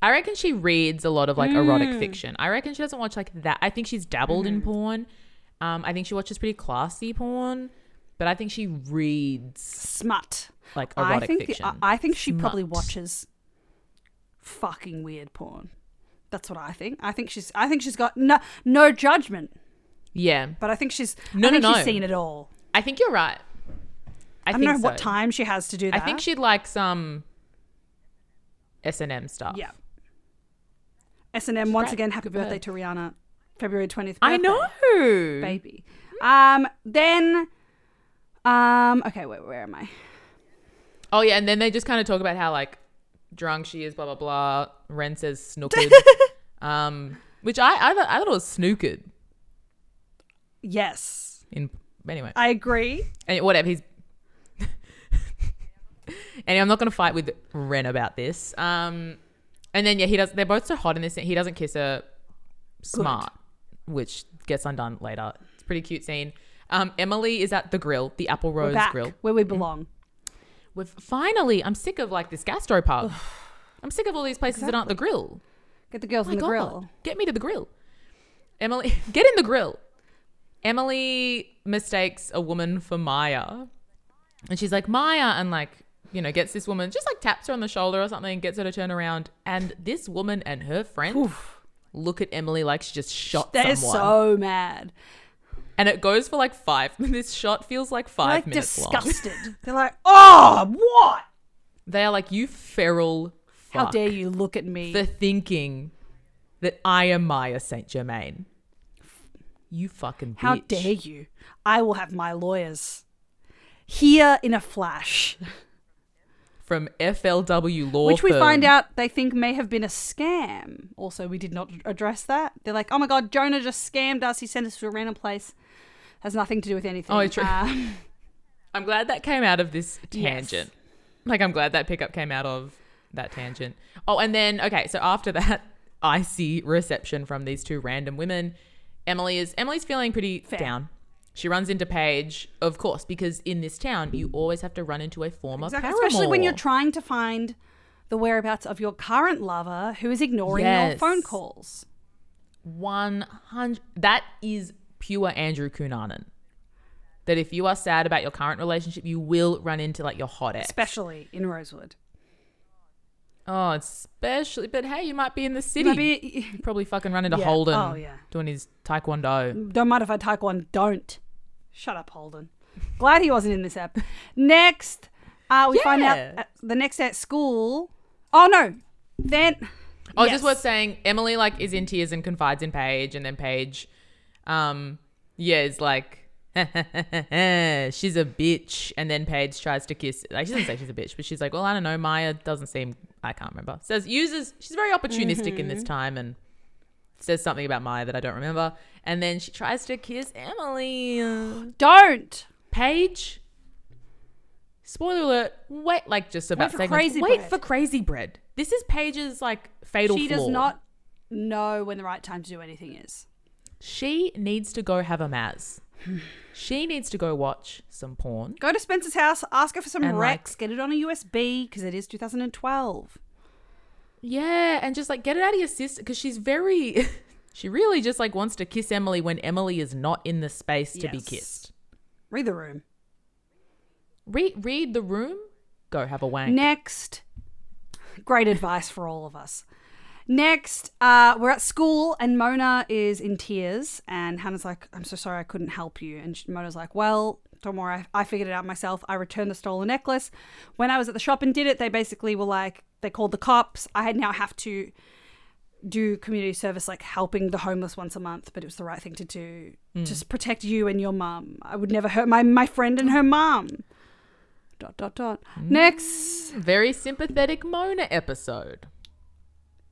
I reckon she reads a lot of like Hmm. erotic fiction. I reckon she doesn't watch like that. I think she's dabbled in porn. Um, I think she watches pretty classy porn, but I think she reads Smut. like I erotic think the- uh, fiction. I, I think she probably Smut. watches fucking weird porn. That's what I think. I think she's I think she's got no no judgment, yeah, but I think she's No, I no, think she's no. seen it all. I think you're right. I, I, don't think know what so. time she has to do I that. think she'd like some S and M stuff. Yeah. S and M once great. again. Happy Good birthday bird. to Rihanna, February twentieth. I know. baby. Um, then, um, okay, wait, where am I? Oh yeah, and then they just kind of talk about how like drunk she is, blah blah blah. Ren says snookered, um, which I I, th- I thought it was snookered. Yes, In anyway, I agree. and whatever he's. and I'm not gonna fight with Ren about this. Um, and then yeah, he does. They're both so hot in this. He doesn't kiss her. Smart, which gets undone later. It's a pretty cute scene. Um, Emily is at the grill, the Apple We're Rose back grill. where we belong. We've finally. I'm sick of like this gastropub. I'm sick of all these places that aren't the grill. Get the girls Oh My in the God. grill. Get me to the grill. Emily, get in the grill. Emily mistakes a woman for Maya. And she's like, Maya, and like, you know, gets this woman, just like taps her on the shoulder or something, gets her to turn around. And this woman and her friend look at Emily like she just shot They're someone. so mad. and it goes for like five. This shot feels like They're five like minutes long. disgusted. They're like, oh, what? They are like, you feral fuck. How dare you look at me? for thinking that I am Maya Saint Germain. You fucking bitch. How dare you? I will have my lawyers here in a flash, From FLW Law which we firm. find out they think may have been a scam. Also, we did not address that. They're like, oh my god, Jonah just scammed us. He sent us to a random place. Has nothing to do with anything. Oh, true. Um, I'm glad that came out of this tangent. Like, I'm glad that pickup came out of that tangent. Oh, and then, okay, so after that icy reception from these two random women, Emily is Emily's feeling pretty down. She runs into Paige, of course, because in this town you always have to run into a former Exactly. paramour. Especially when you're trying to find the whereabouts of your current lover who is ignoring your Yes. phone calls. One hundred. That is pure Andrew Cunanan. That if you are sad about your current relationship, you will run into like your hot ex. Especially in Rosewood. Oh, especially. But hey, you might be in the city. Maybe, You probably fucking run into Yeah. Holden. Oh, yeah. Doing his taekwondo. don't mind if I take one. Don't. Shut up, Holden. Glad he wasn't in this app. Next, uh, we find out Yeah. at- the next day at school. Oh, no. Then. Oh, Yes. just worth saying. Emily like is in tears and confides in Paige, and then Paige, um, yeah, is like. she's a bitch, and then Paige tries to kiss. Like she doesn't say she's a bitch, but she's like, "Well, I don't know. Maya doesn't seem. I can't remember." Says uses. She's very opportunistic in Mm-hmm. this time, and says something about Maya that I don't remember. And then she tries to kiss Emily. Don't. Paige. Spoiler alert. Wait, like just about for segments. Crazy wait Bread. for crazy bread. This is Paige's like fatal. She does flaw. not know when the right time to do anything is. She needs to go have a Maz. she needs to go watch some porn. Go to Spencer's house, ask her for some And, like- Rex, get it on a USB because it is 2012. Yeah, and just like get it out of your system because she's very. she really just like wants to kiss Emily when Emily is not in the space to be Yes. kissed. Read the room. Read read the room. Go have a wank. Next, great advice for all of us. Next, uh, we're at school and Mona is in tears, and Hannah's like, "I'm so sorry, I couldn't help you." And she- Mona's like, "Well, don't worry, I, I figured it out myself. I returned the stolen necklace. When I was at the shop and did it, they basically were like, they called the cops. I now have to do community service, like helping the homeless once a month, but it was the right thing to do. Just protect you and your mum. I would never hurt my my friend and her mum." Dot dot dot. Next. Very sympathetic Mona episode.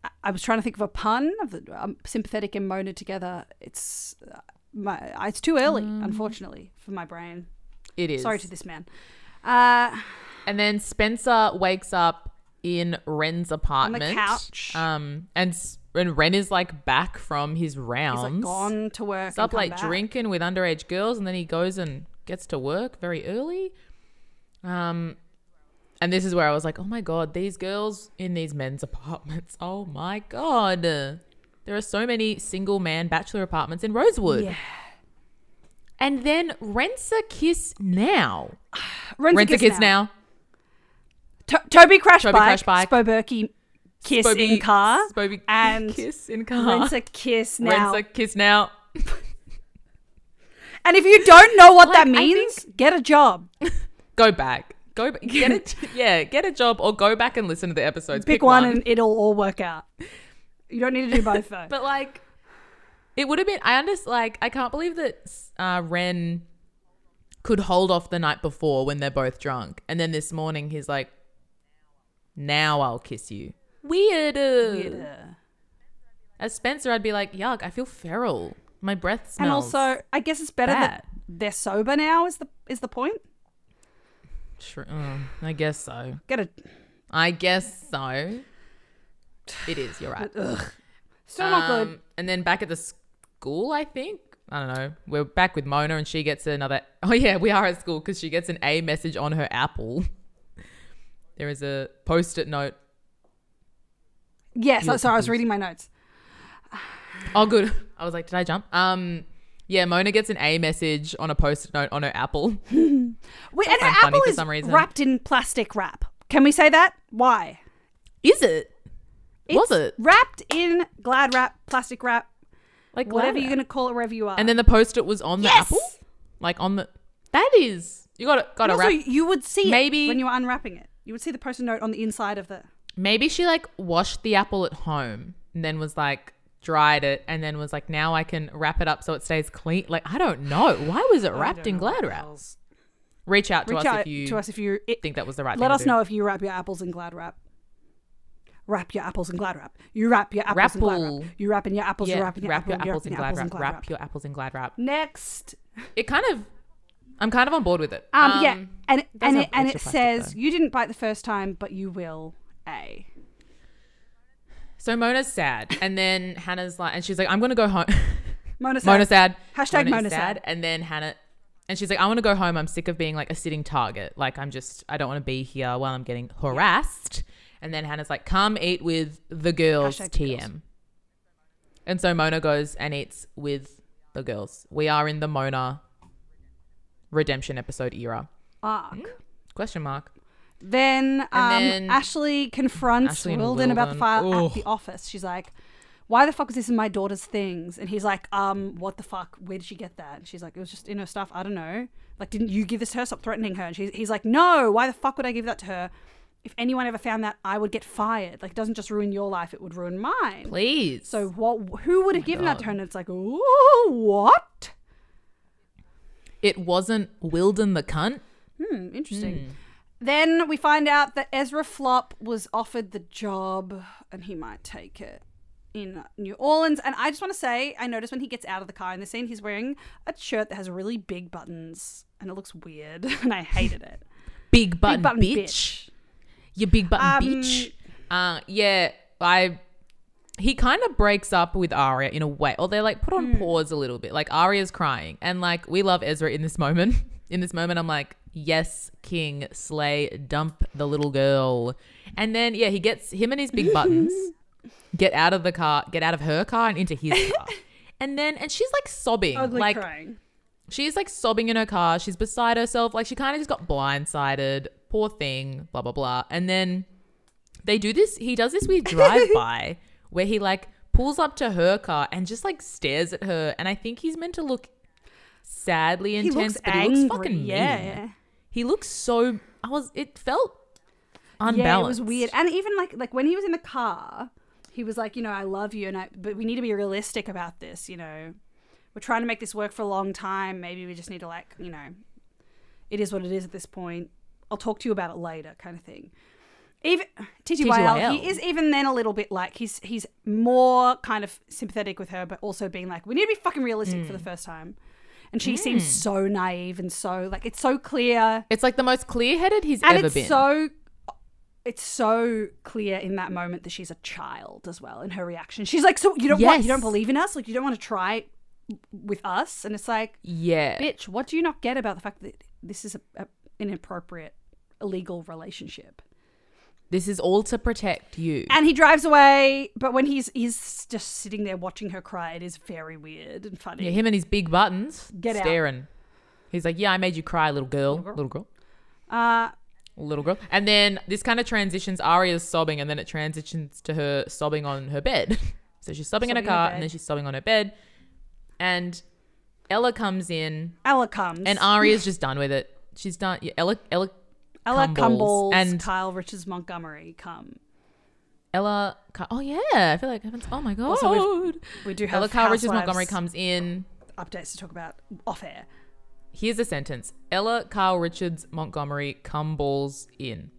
I- I was trying to think of a pun of the um, sympathetic and Mona together. It's uh, my, it's too early, Mm. unfortunately, for my brain. It is. Sorry to this man. Uh, And then Spencer wakes up in Ren's apartment couch. Um, and S- and Ren is like back from his rounds. he's like gone to work. He's up and come late back. drinking with underage girls, and then he goes and gets to work very early. Um, and this is where I was like, oh my god, these girls in these men's apartments. Oh my god, there are so many single man bachelor apartments in Rosewood. Yeah. And then rents a kiss now. Ren's Rents a kiss now. To- Toby crash Toby bike. crash bike. Spoberky kiss in Spoby- car. Spoby and kiss in car. Ren's a kiss now. Ren's a kiss now. and if you don't know what Like, that I means, get a job. Go back. Go b- get a yeah, get a job or go back and listen to the episodes. Pick one, and it'll all work out. You don't need to do both though. But like, it would have been. I understand. Like, I can't believe that uh, Ren could hold off the night before when they're both drunk, and then this morning he's like, "Now I'll kiss you." Weirder. Weirder. As Spencer, I'd be like, "Yuck! I feel feral. My breath and smells." also, I guess it's better that they're sober now. Is the is the point? Tr- mm, I guess so. Get a I guess so. It is. You're right. still not good. Um, And then back at the school, I think. I don't know. We're back with Mona and she gets another. Oh, yeah, we are at school because she gets an A message on her Apple. There is a post it note. Yes, sorry, I was reading my notes. Oh, good. I was like, did I jump? Um, yeah, Mona gets an A message on a post it note on her Apple. Wait, and her I'm funny apple for is some reason. wrapped in plastic wrap. Can we say that? Why? Is it? Was It's it? wrapped in Glad wrap, plastic wrap, Like, whatever like- you're gonna call it, wherever you are? And then the post it was on the Yes! Apple? Like, on the. That is. You got to Got to also, wrap. you would see Maybe- it when you were unwrapping it. You would see the post-it note on the inside of the. Maybe she like washed the apple at home and then was like dried it and then was like now I can wrap it up so it stays clean. Like I don't know. Why was it wrapped in glad wrap? Reach out to Reach us out if you to us if you it, think that was the right let thing to us do. know if you wrap your apples in glad wrap. Wrap your apples in glad wrap. You wrap your apples in glad Rapple. wrap. You wrap in your apples. Yeah, you wrap in your, wrap your apple, you apples in glad wrap. Wrap your apples in glad wrap. Next, It kind of I'm kind of on board with it. um, yeah, and it- does and have it, and it extra plastic, says though. you didn't bite the first time, but you will. A. So Mona's sad and then Hannah's like and she's like I'm going to go home. Mona sad. Mona sad. Hashtag Mona is Mona sad. And then Hannah, and she's like, I want to go home. I'm sick of being like a sitting target. Like, I'm just, I don't want to be here while I'm getting harassed. And then Hannah's like, come eat with the girls, Hashtag the TM. girls. And so Mona goes and eats with the girls. We are in the Mona redemption episode era. Arc. Question mark. Then, um, "Hmm?" then- Ashley confronts Ashley and Wilden, about Wilden. the file Ugh. at the office. She's like, "Why the fuck is this in my daughter's things?" And he's like, "Um, what the fuck? Where did she get that?" And she's like, "It was just in her stuff. I don't know. Like, didn't you give this to her? Stop threatening her." And she's, he's like, "No. Why the fuck would I give that to her? If anyone ever found that, I would get fired. Like, it doesn't just ruin your life; it would ruin mine." Please. So what? Who would have given that Oh God. to her? And it's like, ooh, what? it wasn't Wilden the cunt. Hmm, interesting. Then we find out that Ezra Flop was offered the job and he might take it in New Orleans. And I just want to say, I noticed when he gets out of the car in the scene, he's wearing a shirt that has really big buttons and it looks weird and I hated it. Big button, button bitch. bitch. You big button Um, bitch. Uh, yeah, I. He kind of breaks up with Arya in a way, or they're like put Hmm. on pause a little bit. Like Arya's crying, and like we love Ezra in this moment. In this moment, I'm like, yes, King, slay, dump the little girl, and then yeah, he gets him and his big buttons get out of the car, get out of her car, and into his car, and then and she's like sobbing, Ugly like crying. She's like sobbing in her car. She's beside herself. Like she kind of just got blindsided. Poor thing. Blah blah blah. And then they do this. He does this weird drive by where he like pulls up to her car and just like stares at her. And I think he's meant to look sadly He intense, looks but angry. he looks fucking mean. yeah. He looks so. I was. It felt unbalanced. Yeah, it was weird. And even like like when he was in the car, he was like, you know, I love you, and I, but we need to be realistic about this. You know, we're trying to make this work for a long time. Maybe we just need to like, you know, it is what it is at this point. I'll talk to you about it later, kind of thing. Even TTYL, TTYL. he is even then a little bit like he's he's more kind of sympathetic with her, but also being like, we need to be fucking realistic for the first time. And she seems so naive and so like it's so clear It's like the most clear headed he's and ever it's been. so it's so clear in that moment that she's a child as well in her reaction she's like so you don't want you Yes. don't believe in us like you don't want to try with us and it's like yeah. bitch what do you not get about the fact that this is a, a, an inappropriate illegal relationship This is all to protect you. and he drives away but when he's he's just sitting there watching her cry it is very weird and funny Yeah, him and his big buttons Get out. staring. He's like, "Yeah, I made you cry, little girl, little girl, little girl." uh And then this kind of transitions. Arya's sobbing, and then it transitions to her sobbing on her bed. so she's sobbing, in Sobbing her in her car, bed. and then she's sobbing on her bed. And Ella comes in, ella comes and Arya's just done with it. she's done yeah, Ella Ella Ella Cumbles Cumbles and- and Kyle Richards Montgomery come. Ella. Ca- Oh yeah, I feel like I haven't. Oh my god. Also, We do have Ella Carr Richards Housewives Montgomery comes in. updates to talk about off air. Here's a sentence. Ella Carl Richards Montgomery cum balls in.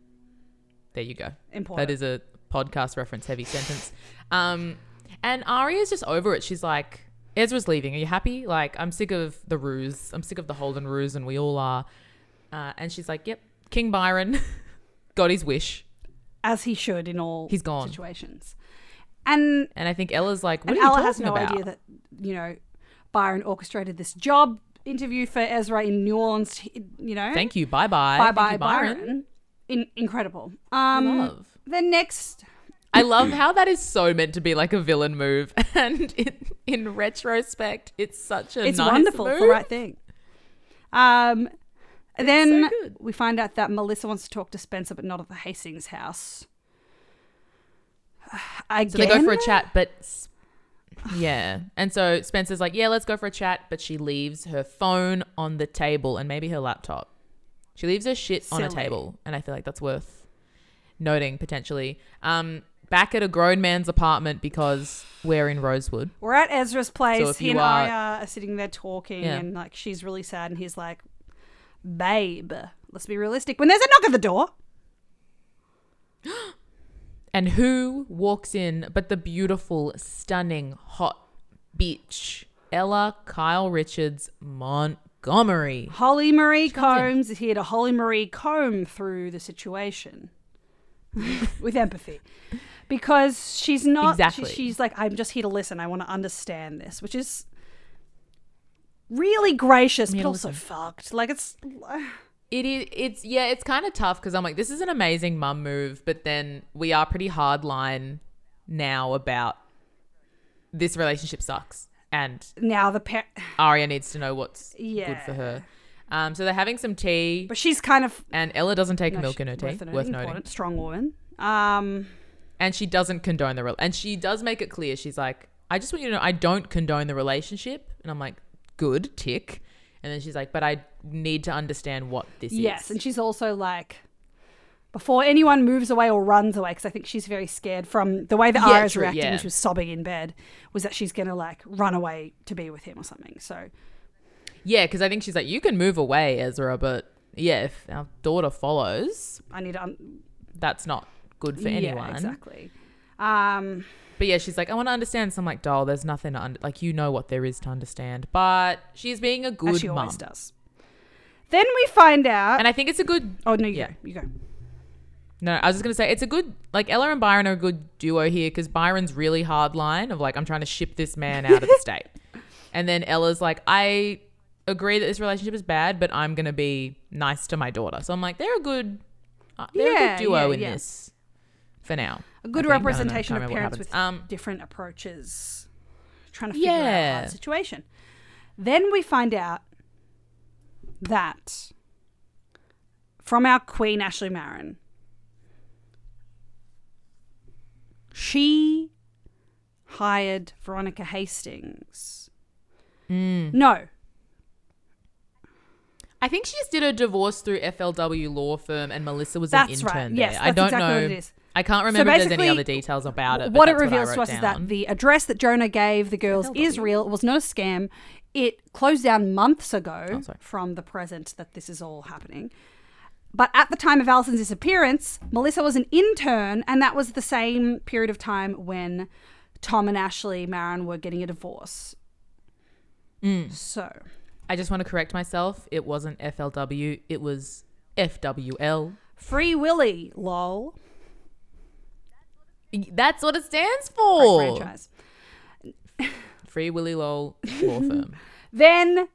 There you go. Important. That is a podcast reference heavy sentence. Um, and Aria's just over it. She's like, Ezra's leaving. Are you happy? Like, I'm sick of the ruse. I'm sick of the Holden ruse, and we all are. Uh, and she's like, Yep, King Byron got his wish. as he should in all He's gone. situations. And And I think Ella's like, What and are you Ella talking has no about? idea that you know Byron orchestrated this job interview for Ezra in nuanced, you know. Thank you. Bye bye. Bye bye Byron. In- incredible. Um Love. the next I love how that is so meant to be like a villain move, and in, in retrospect, it's such a it's nice wonderful, move. it's the right thing. Um then so good. we find out that Melissa wants to talk to Spencer, but not at the Hastings house. Again, So they go for a chat, but s- yeah, and so Spencer's like, "Yeah, let's go for a chat," but she leaves her phone on the table and maybe her laptop. She leaves her shit on a Silly. table, and I feel like that's worth noting potentially. Um, back at a grown man's apartment because we're in Rosewood. We're at Ezra's place. So if he you and are- Arya are sitting there talking, Yeah. and like she's really sad, and he's like, "Babe, let's be realistic." When there's a knock at the door, And who walks in but the beautiful, stunning, hot bitch, Ella Kyle Richards Montgomery? Holly Marie comes in. Combs is here to Holly Marie comb through the situation with empathy, because she's not. she- Exactly. she's like, "I'm just here to listen. I want to understand this," which is really gracious, but to also fucked. Like it's It is, it's, yeah, it's kind of tough because I'm like, this is an amazing mum move, but then we are pretty hard line now about this relationship sucks and now the par- Aria needs to know what's good Yeah. for her. Um, so they're having some tea, but she's kind of and Ella doesn't take no, milk she- in her tea, noting, worth noting. important, strong woman. Um. and she doesn't condone the rel- and she does make it clear she's like i just want you to know i don't condone the relationship and i'm like good tick and then she's like but i need to understand what this Yes, is and she's also like, before anyone moves away or runs away, because I think she's very scared from the way that Yeah, Ara's true, reacting yeah. when she was sobbing in bed, was that she's going to like run away to be with him or something. So, yeah because i think she's like you can move away ezra but yeah if our daughter follows I need to. Un- that's not good for yeah, anyone exactly. Um, but yeah she's like i want to understand so i'm like doll there's nothing to un- like you know what there is to understand but she's being a as good she mum always does. Then we find out. and i think it's a good oh, no, you yeah. go. You go. No, I was just gonna say it's a good like Ella and Byron are a good duo here because Byron's really hard line of like I'm trying to ship this man out of the state, and then Ella's like I agree that this relationship is bad, but I'm gonna be nice to my daughter. So I'm like they're a good uh, they're a Yeah, good duo yeah, in yeah. this for now. A I think. I good don't know. representation Can't of remember what parents with happens. Um, different approaches, trying to figure out Yeah. a hard situation. Then we find out that from our queen Ashley Marin, she hired Veronica Hastings. Mm. No, I think she just did a divorce through FLW law firm, and Melissa was an That's intern right. there. Yes, I that's don't exactly know. what it is. I can't remember if there's any basically, other details about it. but what it that's I reveals to wrote us is that down. the address that Jonah gave the girls FLW. is real. It was not a scam. It closed down months ago Oh, sorry. from the present that this is all happening. But at the time of Alison's disappearance, Melissa was an intern, and that was the same period of time when Tom and Ashley Marin were getting a divorce. Mm. So, I just want to correct myself. It wasn't FLW. It was FWL. Free Willy, lol. That's what it stands great for. Franchise. Free Willy Lol Law Firm. Then,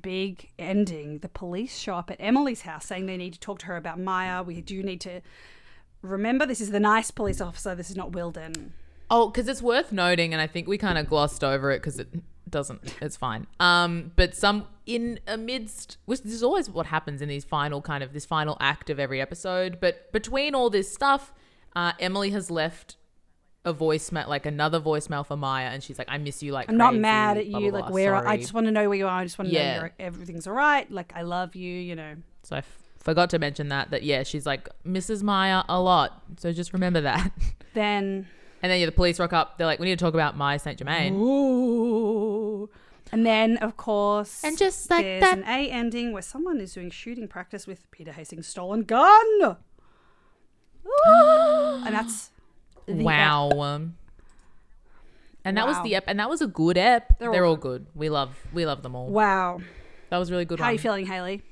big ending. The police show up at Emily's house saying they need to talk to her about Maya. We do need to remember this is the nice police officer. This is not Wilden. Oh, because it's worth noting, and I think we kind of glossed over it because it doesn't. It's fine. Um, but some in amidst, which this is always what happens in these final kind of this final act of every episode. But between all this stuff, uh, Emily has left a voicemail, like another voicemail for Maya, and she's like, "I miss you." Like, I'm not crazy, mad at you. blah, blah, like, blah, where I sorry." just want to know where you are. I just want to Yeah. know you're, everything's all right. Like, I love you. You know. So I f- forgot to mention that. That yeah, she's like Mrs. Maya a lot. So just remember that. Then, And then yeah, the police rock up. They're like, "We need to talk about Maya Saint Germain." ooh, and then of course, And just like there's that, an A ending where someone is doing shooting practice with Peter Hastings' stolen gun. Ooh, and that's the wow. Um, and that was Wow. the ep, and that was a good ep. They're, They're all all good. We love, we love them all. Wow. That was a really good. How one. are you feeling, Haley?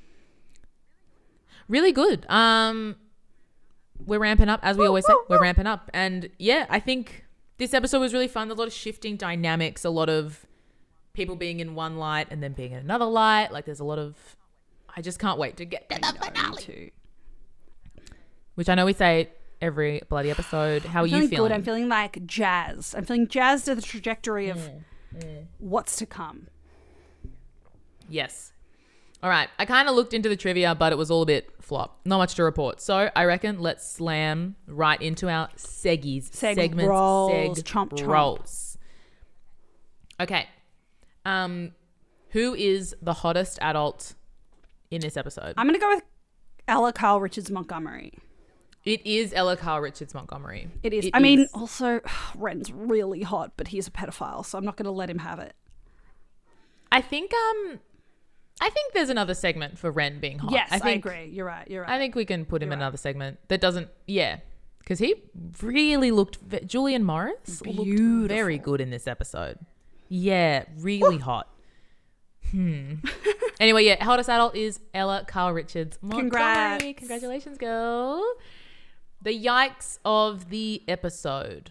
really good. Um, we're ramping up as we always say. We're ramping up, and yeah, I think this episode was really fun. There's a lot of shifting dynamics, a lot of people being in one light and then being in another light. Like there's a lot of. I just can't wait to get to the finale, Too. which I know we say every bloody episode. How are feeling you feeling? good. I'm feeling like jazzed. I'm feeling jazzed at the trajectory of what's to come. Yes. All right. I kind of looked into the trivia, but it was all a bit flop. Not much to report. So I reckon let's slam right into our seggies. Seg segments. rolls. Chomp, chomp. rolls. Okay. Um, who is the hottest adult in this episode? I'm gonna go with Ella Carl Richards Montgomery. it is Ella Carl Richards Montgomery. It is. It I mean, is. also Ren's really hot, but he's a pedophile, so I'm not gonna let him have it. I think um, I think there's another segment for Ren being hot. Yes, I, Oh, think, agree. You're right. You're right. I think we can put him in another segment that doesn't, yeah, because he really looked. ve- Julian Morris looked very good in this episode. Yeah, really hot. Hmm. anyway, yeah, hottest adult is Ella Carl Richards. Congrats. Montgomery. congratulations, girl. The yikes of the episode.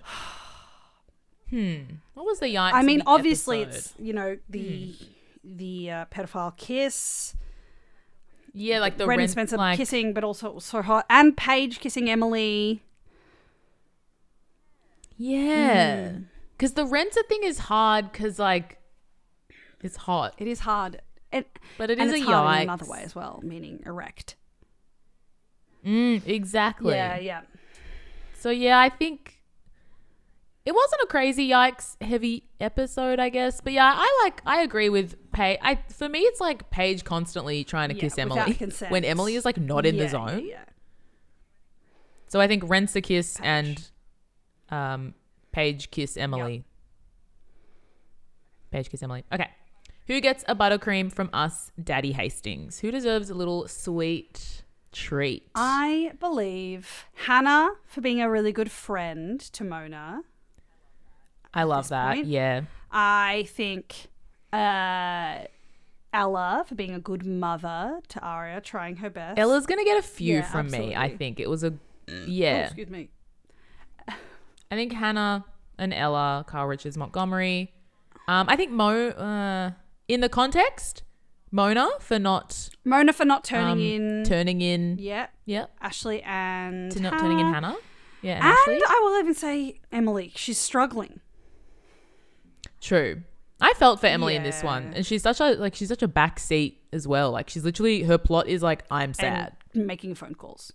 Hmm. What was the yikes? I of mean, the obviously, episode? it's you know the the uh, pedophile kiss, yeah, like the Ren Ren- and Spencer like, kissing, but also it was so hot, and Paige kissing Emily. Yeah, Mm. because the Renza thing is hard because like it's hot. It is hard, it, But it and is it's a hard in yikes. another way as well, meaning erect. Mm, exactly. Yeah, yeah. So yeah, I think it wasn't a crazy yikes heavy episode, I guess. But yeah, I like I agree with Paige. I for me it's like Paige constantly trying to Yeah, kiss without Emily consent. when Emily is like not in yeah, the zone. Yeah, So I think Rents a kiss and um Paige kiss Emily. Paige kiss Emily. Okay. Who gets a buttercream from us, Daddy Hastings? Who deserves a little sweet treat? I believe Hannah for being a really good friend to Mona. I love this that. point. Yeah. I think uh, Ella for being a good mother to Aria, trying her best. Ella's gonna get a few Yeah, from me. I absolutely. think it was a Oh, yeah. excuse me. I think Hannah and Ella, Carl Richards Montgomery. Um, I think Mo uh, in the context, Mona for not Mona for not turning um, in. turning in, yeah, yeah, Ashley and to not turning in Hannah. Hannah. Yeah, and And Ashley. I will even say Emily. She's struggling. True. I felt for Emily in this one, Yeah. and she's such a like she's such a backseat as well. Like she's literally her plot is like I'm sad And making phone calls.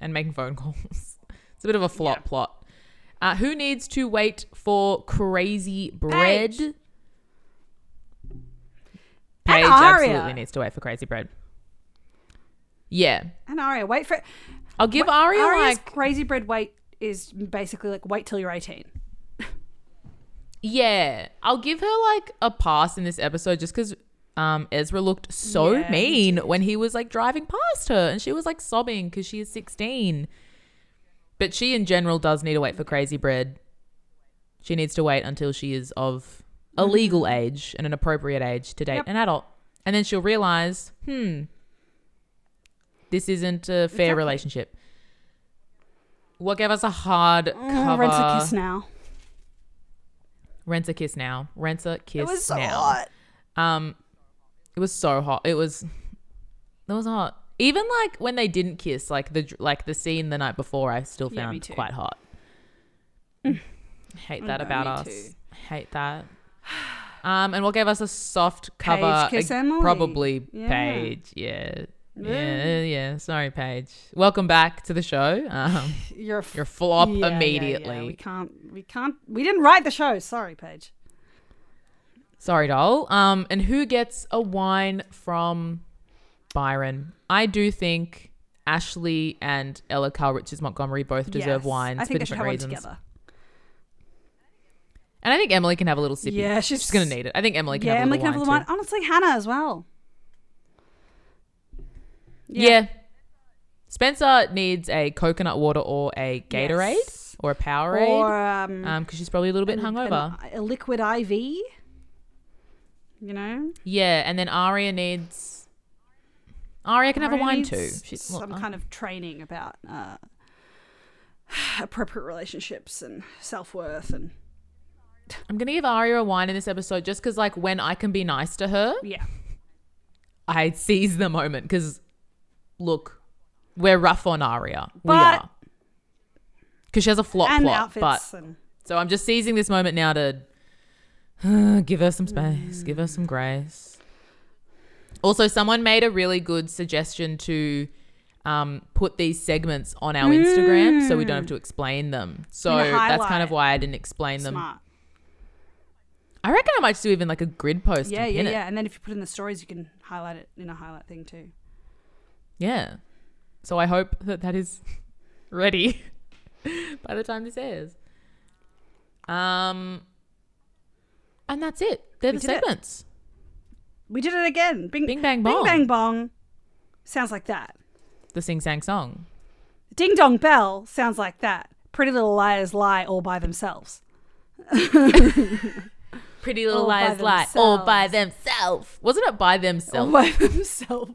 and, making phone calls. it's a bit of a flop plot. Uh, who needs to wait for crazy bread? Paige. Paige And absolutely Aria. needs to wait for Crazy Bread. Yeah. And Aria, wait for it. I'll give Aria Aria's like crazy bread wait is basically like wait till you're 18. yeah, I'll give her like a pass in this episode just cuz um Ezra looked so Yeah, he mean when he was like driving past her and she was like sobbing cuz she is 16. But she in general does need to wait for Crazy Bread. She needs to wait until she is of a legal age and an appropriate age to date Mm-hmm. Yep. an adult. And then she'll realize, hmm, this isn't a fair relationship. What gave us a hard Oh, Uh, cover? rent a kiss now. Rents a kiss now. Rents a kiss It was so now. hot. Um, it was so hot. It was, it was hot. Even like when they didn't kiss, like the like the scene the night before, I still Yeah, me found too. quite hot. Hate I that know, about me us. too. Hate that. Um, and what gave us a soft cover? Paige kiss ag- Emily. Probably Yeah. Paige. Yeah, Yeah, yeah. Sorry, Paige. Welcome back to the show. Um, You're a f- your flop Yeah, yeah, yeah. immediately. We can't. We can't. We didn't write the show. Sorry, Paige. Sorry, doll. Um, and who gets a wine from Byron? I do think Ashley and Ella Carl Richards Montgomery both deserve Yes. wines I think for they should different have reasons. one together. And I think Emily can have a little sippy. Yeah, she's- she's gonna need it. I think Emily can yeah, have a Emily little can have a little wine. wine. Honestly, Hannah as well. too. Yeah. Spencer needs a coconut water or a Gatorade Yes. or a Powerade, Or Um 'cause um, because she's probably a little bit an- hungover. an- a liquid IV. You know, yeah, and then Aria needs. Aria can have a Maria wine needs too. She's uh, some kind of training about uh, appropriate relationships and self worth and I'm gonna give Aria a wine in this episode just because, like, when I can be nice to her, yeah, I seize the moment because, look, we're rough on Aria. we But- are. Because she has a flop and plot. outfits and But so I'm just seizing this moment now to give her some space, give her some grace. Also, someone made a really good suggestion to um, put these segments on our Instagram so we don't have to explain them. So And a that's kind Mm. highlight. of why I didn't explain them. smart. I reckon I might just do even like a grid post. Yeah, and yeah, pin yeah. And then if you put in the stories, you can highlight it in a highlight thing too. It. Yeah. So I hope that that is ready by the time this airs. Um, and that's it. They're We the did it. segments. We did it again. Bing, Bing bang bong. Bing bang bong. Sounds like that. The sing sang song. Ding dong bell sounds like that. Pretty little liars lie all by themselves. Pretty little All by liars lie all by themselves. themselves. Wasn't it by themselves? All by themselves.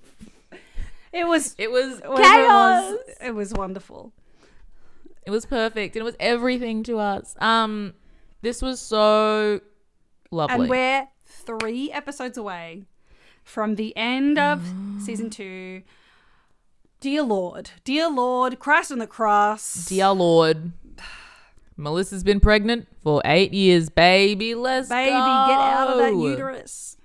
It was It was whatever chaos. It was, it was wonderful. It was perfect. And it was everything to us. Um, this was so lovely. And we're three episodes away from the end of Mm. season two. Dear Lord, dear Lord, Christ on the cross. Dear Lord. Melissa's been pregnant for eight years, baby. Let's Baby, get out of that go. uterus.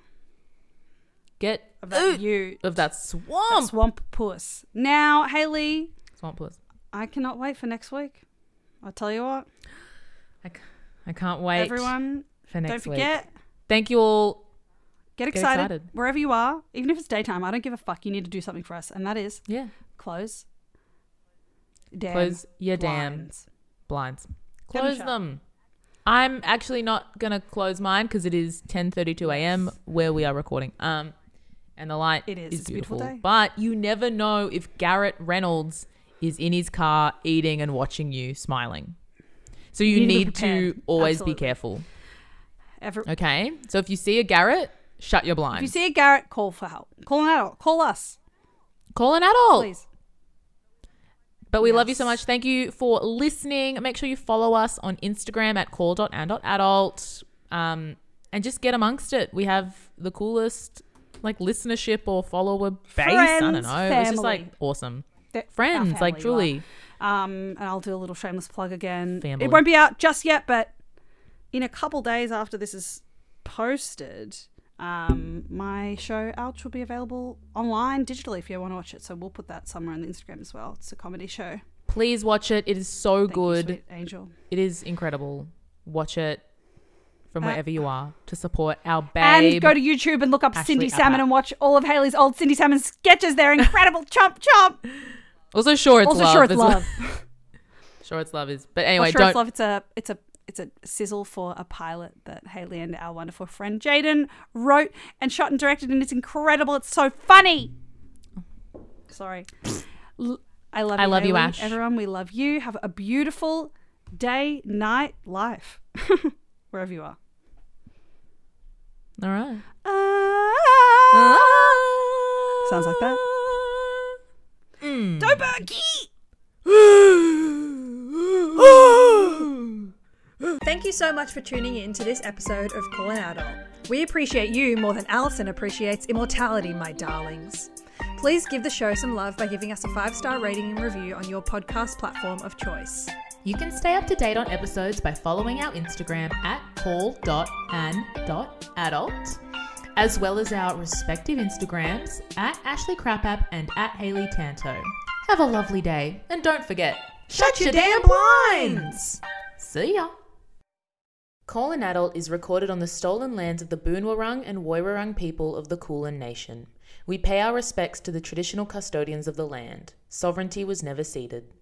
Get Of out that you of that swamp. swamp puss. Now, Haley, swamp was. I cannot wait for next week. I'll tell you what, I, c- I can't wait. everyone, for next don't week. forget, Thank you all. get excited, excited. wherever you are, even if it's daytime. I don't give a fuck. You need to do something for us, and that is Yeah. close. Damn Close your damn blinds. blinds. Get 'em Close shut. them. I'm actually not gonna close mine because it is 10:32 a.m. where we are recording. Um, and the light It is. is It's a beautiful day. But you never know if Garrett Reynolds is in his car eating and watching you smiling. So you, You need to be need to, prepared. always be Absolutely. careful. Every- Okay. So if you see a Garrett, shut your if blind. you see a Garrett, call for help. Call an adult. Call us, Call an adult. please. But we love you so Yes. much. Thank you for listening. Make sure you follow us on Instagram at call.and.adult. Um, and just get amongst it. We have the coolest like listenership or follower base. I don't know. Friends, It's just like family. awesome. They're- our Friends, like family, you are. Julie. Um, and I'll do a little shameless plug again. Family. It won't be out just yet, but in a couple days after this is posted, um, my show Ouch will be available online digitally if you want to watch it. So we'll put that somewhere on the Instagram as well. It's a comedy show. Please watch it. It is so Thank you, good. sweet Angel. it is incredible. Watch it from Uh, wherever you are to support our babe. And go to YouTube and look up Ashley Cindy Appat. Salmon and watch all of Haley's old Cindy Salmon sketches. They're incredible. chomp chomp. also, sure it's also, love. sure it's as well. love. sure it's love is. But anyway, sure don't it's love. It's a it's a it's a sizzle for a pilot that Haley and our wonderful friend Jaden wrote and shot and directed, and it's incredible. It's so funny. Sorry, L- I love. I you, love you, Hayley. Ash. Everyone, we love you. Have a beautiful day, night, life, wherever you are. All right. Uh, Ah, Sounds like that. Mm. Doberky! Thank you so much for tuning in to this episode of Call an Adult. We appreciate you more than Allison appreciates immortality, my darlings. Please give the show some love by giving us a five star rating and review on your podcast platform of choice. You can stay up to date on episodes by following our Instagram at call.an.adult as well as our respective Instagrams at Ashley Crapapp and at Haley Tanto. Have a lovely day, and don't forget, shut your damn blinds! See ya! Call an Adult is recorded on the stolen lands of the Boonwurrung and Woiwurrung people of the Kulin Nation. We pay our respects to the traditional custodians of the land. Sovereignty was never ceded.